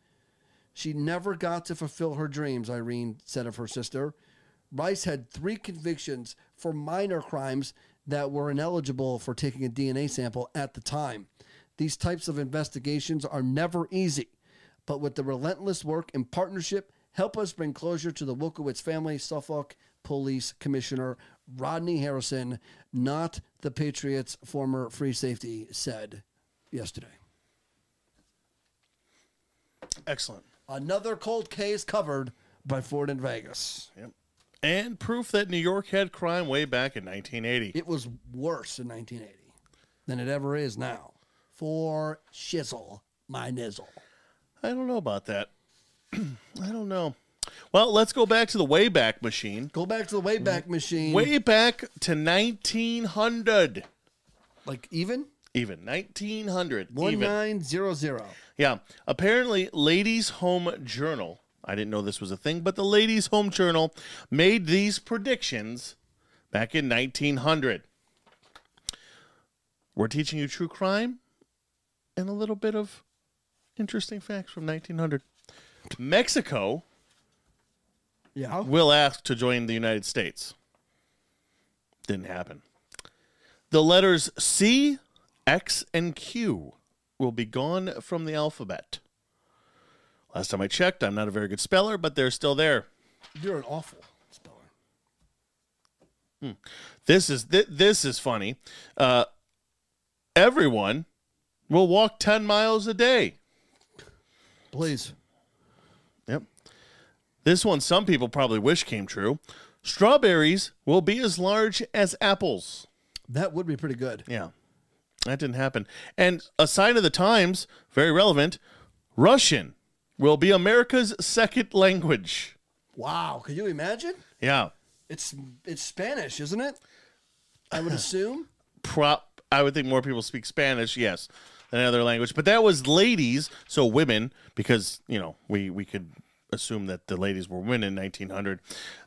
Speaker 2: She never got to fulfill her dreams, Irene said of her sister. Rice had three convictions for minor crimes that were ineligible for taking a DNA sample at the time. These types of investigations are never easy, but with the relentless work and partnership, help us bring closure to the Wilkowitz family, Suffolk Police Commissioner Rodney Harrison, not the Patriots' former free safety, said yesterday.
Speaker 3: Excellent.
Speaker 2: Another cold case covered by Ford in Vegas.
Speaker 3: Yep. and proof that New York had crime way back in 1980.
Speaker 2: It was worse in 1980 than it ever is now. For shizzle, my nizzle.
Speaker 3: I don't know about that. I don't know. Well, let's go back to the Wayback Machine.
Speaker 2: Go back to the Wayback Machine.
Speaker 3: Way back to 1900,
Speaker 2: Like even?
Speaker 3: even 1900, even.
Speaker 2: 1900.
Speaker 3: Yeah. Apparently, Ladies Home Journal, I didn't know this was a thing, but the Ladies Home Journal made these predictions back in 1900. We're teaching you true crime and a little bit of interesting facts from 1900. Mexico
Speaker 2: Yeah.
Speaker 3: will ask to join the United States. Didn't happen. The letters C, X, and Q will be gone from the alphabet. Last time I checked, I'm not a very good speller, but they're still there.
Speaker 2: You're an awful speller.
Speaker 3: This is thi- this is funny. Uh, everyone will walk ten miles a day.
Speaker 2: Please.
Speaker 3: Yep. This one, some people probably wish came true. Strawberries will be as large as apples.
Speaker 2: That would be pretty good.
Speaker 3: Yeah. That didn't happen. And a sign of the times, very relevant, Russian will be America's second language.
Speaker 2: Wow. Could you imagine?
Speaker 3: Yeah.
Speaker 2: It's it's Spanish, isn't it? I would assume.
Speaker 3: Prop I would think more people speak Spanish, yes, than another language. But that was ladies, so women, because, you know, we we could assume that the ladies were women in 1900.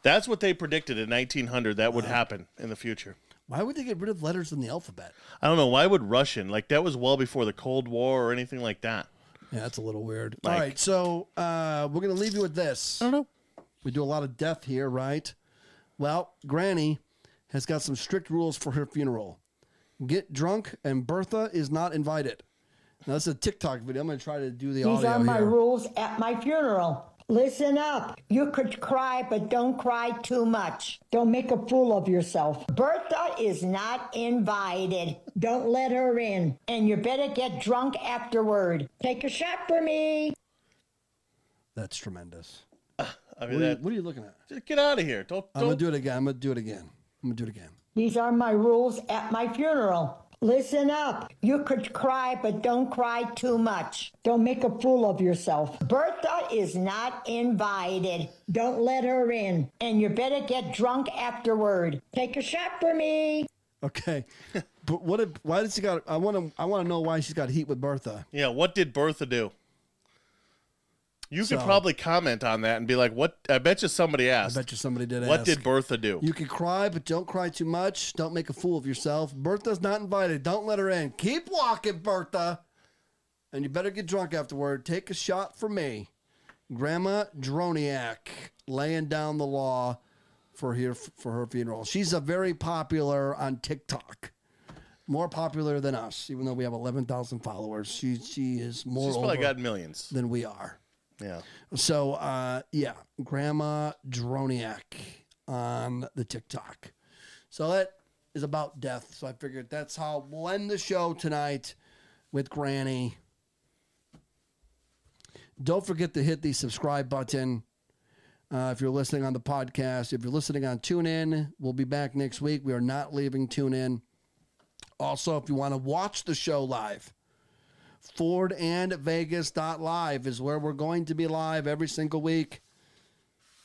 Speaker 3: That's what they predicted in 1900 that would happen in the future.
Speaker 2: Why would they get rid of letters in the alphabet?
Speaker 3: I don't know why would Russian like that was well before the Cold War or anything like that.
Speaker 2: Yeah, that's a little weird.
Speaker 3: Like-
Speaker 2: All right, so uh, we're gonna leave you with this.
Speaker 3: I don't know.
Speaker 2: We do a lot of death here, right? Well, Granny has got some strict rules for her funeral. Get drunk and Bertha is not invited. Now this is a TikTok video. I'm gonna try to do the
Speaker 9: These
Speaker 2: audio
Speaker 9: are my
Speaker 2: here.
Speaker 9: rules at my funeral. Listen up. You could cry, but don't cry too much. Don't make a fool of yourself. Bertha is not invited. Don't let her in. And you better get drunk afterward. Take a shot for me.
Speaker 2: That's tremendous.
Speaker 3: I mean
Speaker 2: What are, you,
Speaker 3: that
Speaker 2: what are you looking at?
Speaker 3: Just get out of here. Don't,
Speaker 2: I'm gonna
Speaker 3: don't.
Speaker 2: do it again. I'm gonna do it again. I'm gonna do it again.
Speaker 9: These are my rules at my funeral. Listen up. You could cry, but don't cry too much. Don't make a fool of yourself. Bertha is not invited. Don't let her in. And you better get drunk afterward. Take a shot for me.
Speaker 2: Okay. but what? If, why does she got? I want to. I want to know why she's got heat with Bertha.
Speaker 3: Yeah, what did Bertha do? You could
Speaker 2: So-
Speaker 3: probably comment on that and be like, "What?" I bet you somebody
Speaker 2: I
Speaker 3: asked.
Speaker 2: bet you somebody did.
Speaker 3: what
Speaker 2: ask.
Speaker 3: did Bertha do?
Speaker 2: You can cry, but don't cry too much. Don't make a fool of yourself. Bertha's not invited. Don't let her in. Keep walking, Bertha. And you better get drunk afterward. Take a shot for me. Grandma Droniak laying down the law for here for her funeral. She's a very popular on TikTok. More popular than us, even though we have 11,000 followers. She she is more
Speaker 3: She's probably
Speaker 2: over
Speaker 3: got millions.
Speaker 2: than we are.
Speaker 3: Yeah,
Speaker 2: So uh yeah, Grandma Droniak on the TikTok. So that is about death. So I figured that's how we'll end the show tonight with Granny. Don't forget to hit the subscribe button. Uh, if you're listening on the podcast, if you're listening on TuneIn, we'll be back next week. We are not leaving TuneIn. Also, if you want to watch the show live, Ford and Vegas.live is where we're going to be live every single week.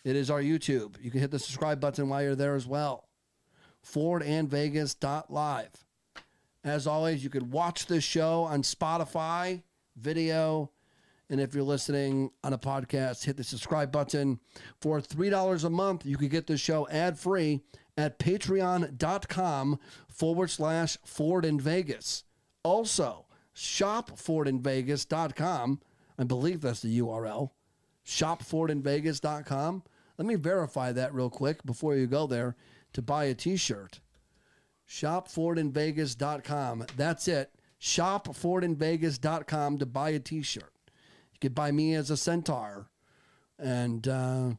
Speaker 2: It is our YouTube. You can hit the subscribe button while you're there as well. Ford and Vegas.live. As always, you can watch this show on Spotify, video, and if you're listening on a podcast, hit the subscribe button. For $3 a month, you can get this show ad free at patreon.com forward slash Ford in Vegas. Also, shopfordinvegas.com. I believe that's the URL. Shopfordinvegas.com. Let me verify that real quick before you go there to buy a t shirt. Shopfordinvegas.com. That's it. Shopfordinvegas.com to buy a t shirt. You could buy me as a centaur, and uh,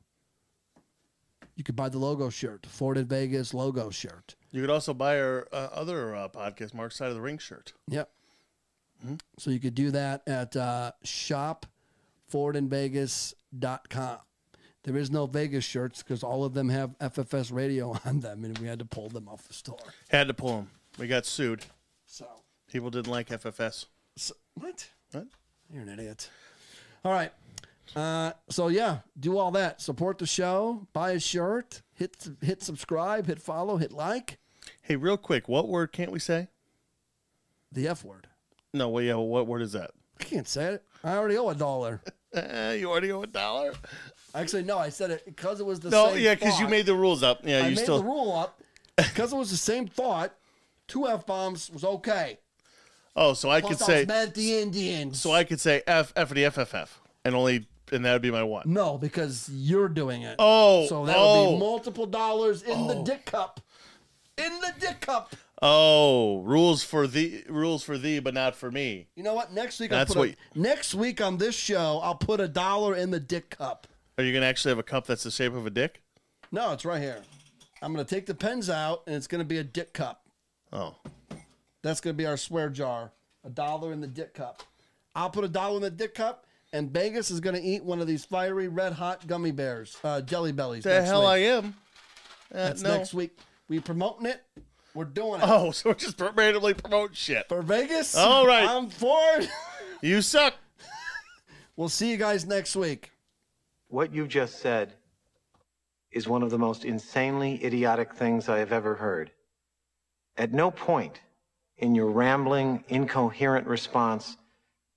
Speaker 2: you could buy the logo shirt, Ford in Vegas logo shirt.
Speaker 3: you could also buy our uh, other uh, podcast, Mark Side of the Ring shirt.
Speaker 2: Yep. So you could do that at uh, shopfordinvegas.com. There is no Vegas shirts because all of them have FFS radio on them, and we had to pull them off the store.
Speaker 3: Had to pull them. We got sued.
Speaker 2: So,
Speaker 3: People didn't like FFS.
Speaker 2: so what?
Speaker 3: What?
Speaker 2: You're an idiot. All right. Uh, so yeah, do all that. Support the show. Buy a shirt. Hit hit subscribe. Hit follow. Hit like.
Speaker 3: Hey, real quick, what word can't we say?
Speaker 2: The F word.
Speaker 3: No, well, yeah, what word is that?
Speaker 2: I can't say it. I already owe a dollar.
Speaker 3: Eh, you already owe a dollar.
Speaker 2: Actually, no, I said it because it was the
Speaker 3: No,
Speaker 2: same.
Speaker 3: yeah, because you
Speaker 2: thought.
Speaker 3: made the rules up. Yeah,
Speaker 2: I
Speaker 3: you
Speaker 2: made
Speaker 3: still.
Speaker 2: the rule up because it was the same thought. Two f bombs was okay.
Speaker 3: oh, so I
Speaker 2: Plus
Speaker 3: could
Speaker 2: I
Speaker 3: say.
Speaker 2: was mad at the Indians.
Speaker 3: So I could say F F the FFF, and only, and that would be my one.
Speaker 2: no, because you're doing it.
Speaker 3: Oh,
Speaker 2: so that would
Speaker 3: oh.
Speaker 2: be multiple dollars in the dick cup. In the dick cup.
Speaker 3: Oh, rules for thee, rules for thee, but not for me.
Speaker 2: You know what? Next week,
Speaker 3: That's
Speaker 2: I'll put
Speaker 3: what-
Speaker 2: a, next week on this show, I'll put a dollar in the dick cup.
Speaker 3: Are you gonna actually have a cup that's the shape of a dick?
Speaker 2: No, it's right here. I'm gonna take the pens out, and it's gonna be a dick cup.
Speaker 3: Oh,
Speaker 2: That's gonna be our swear jar. A dollar in the dick cup. I'll put a dollar in the dick cup, and Vegas is gonna eat one of these fiery, red hot gummy bears, uh, jelly bellies.
Speaker 3: the hell I am. Uh,
Speaker 2: That's
Speaker 3: no.
Speaker 2: next week. We promoting it. We're doing it
Speaker 3: Oh, so we're just randomly promote shit.
Speaker 2: for Vegas.
Speaker 3: All right.
Speaker 2: I'm for it.
Speaker 3: You suck.
Speaker 2: We'll see you guys next week.
Speaker 9: What you just said is one of the most insanely idiotic things I have ever heard. At no point in your rambling, incoherent response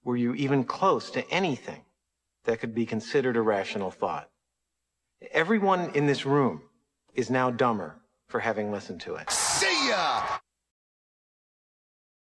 Speaker 9: were you even close to anything that could be considered a rational thought. Everyone in this room is now dumber for having listened to it.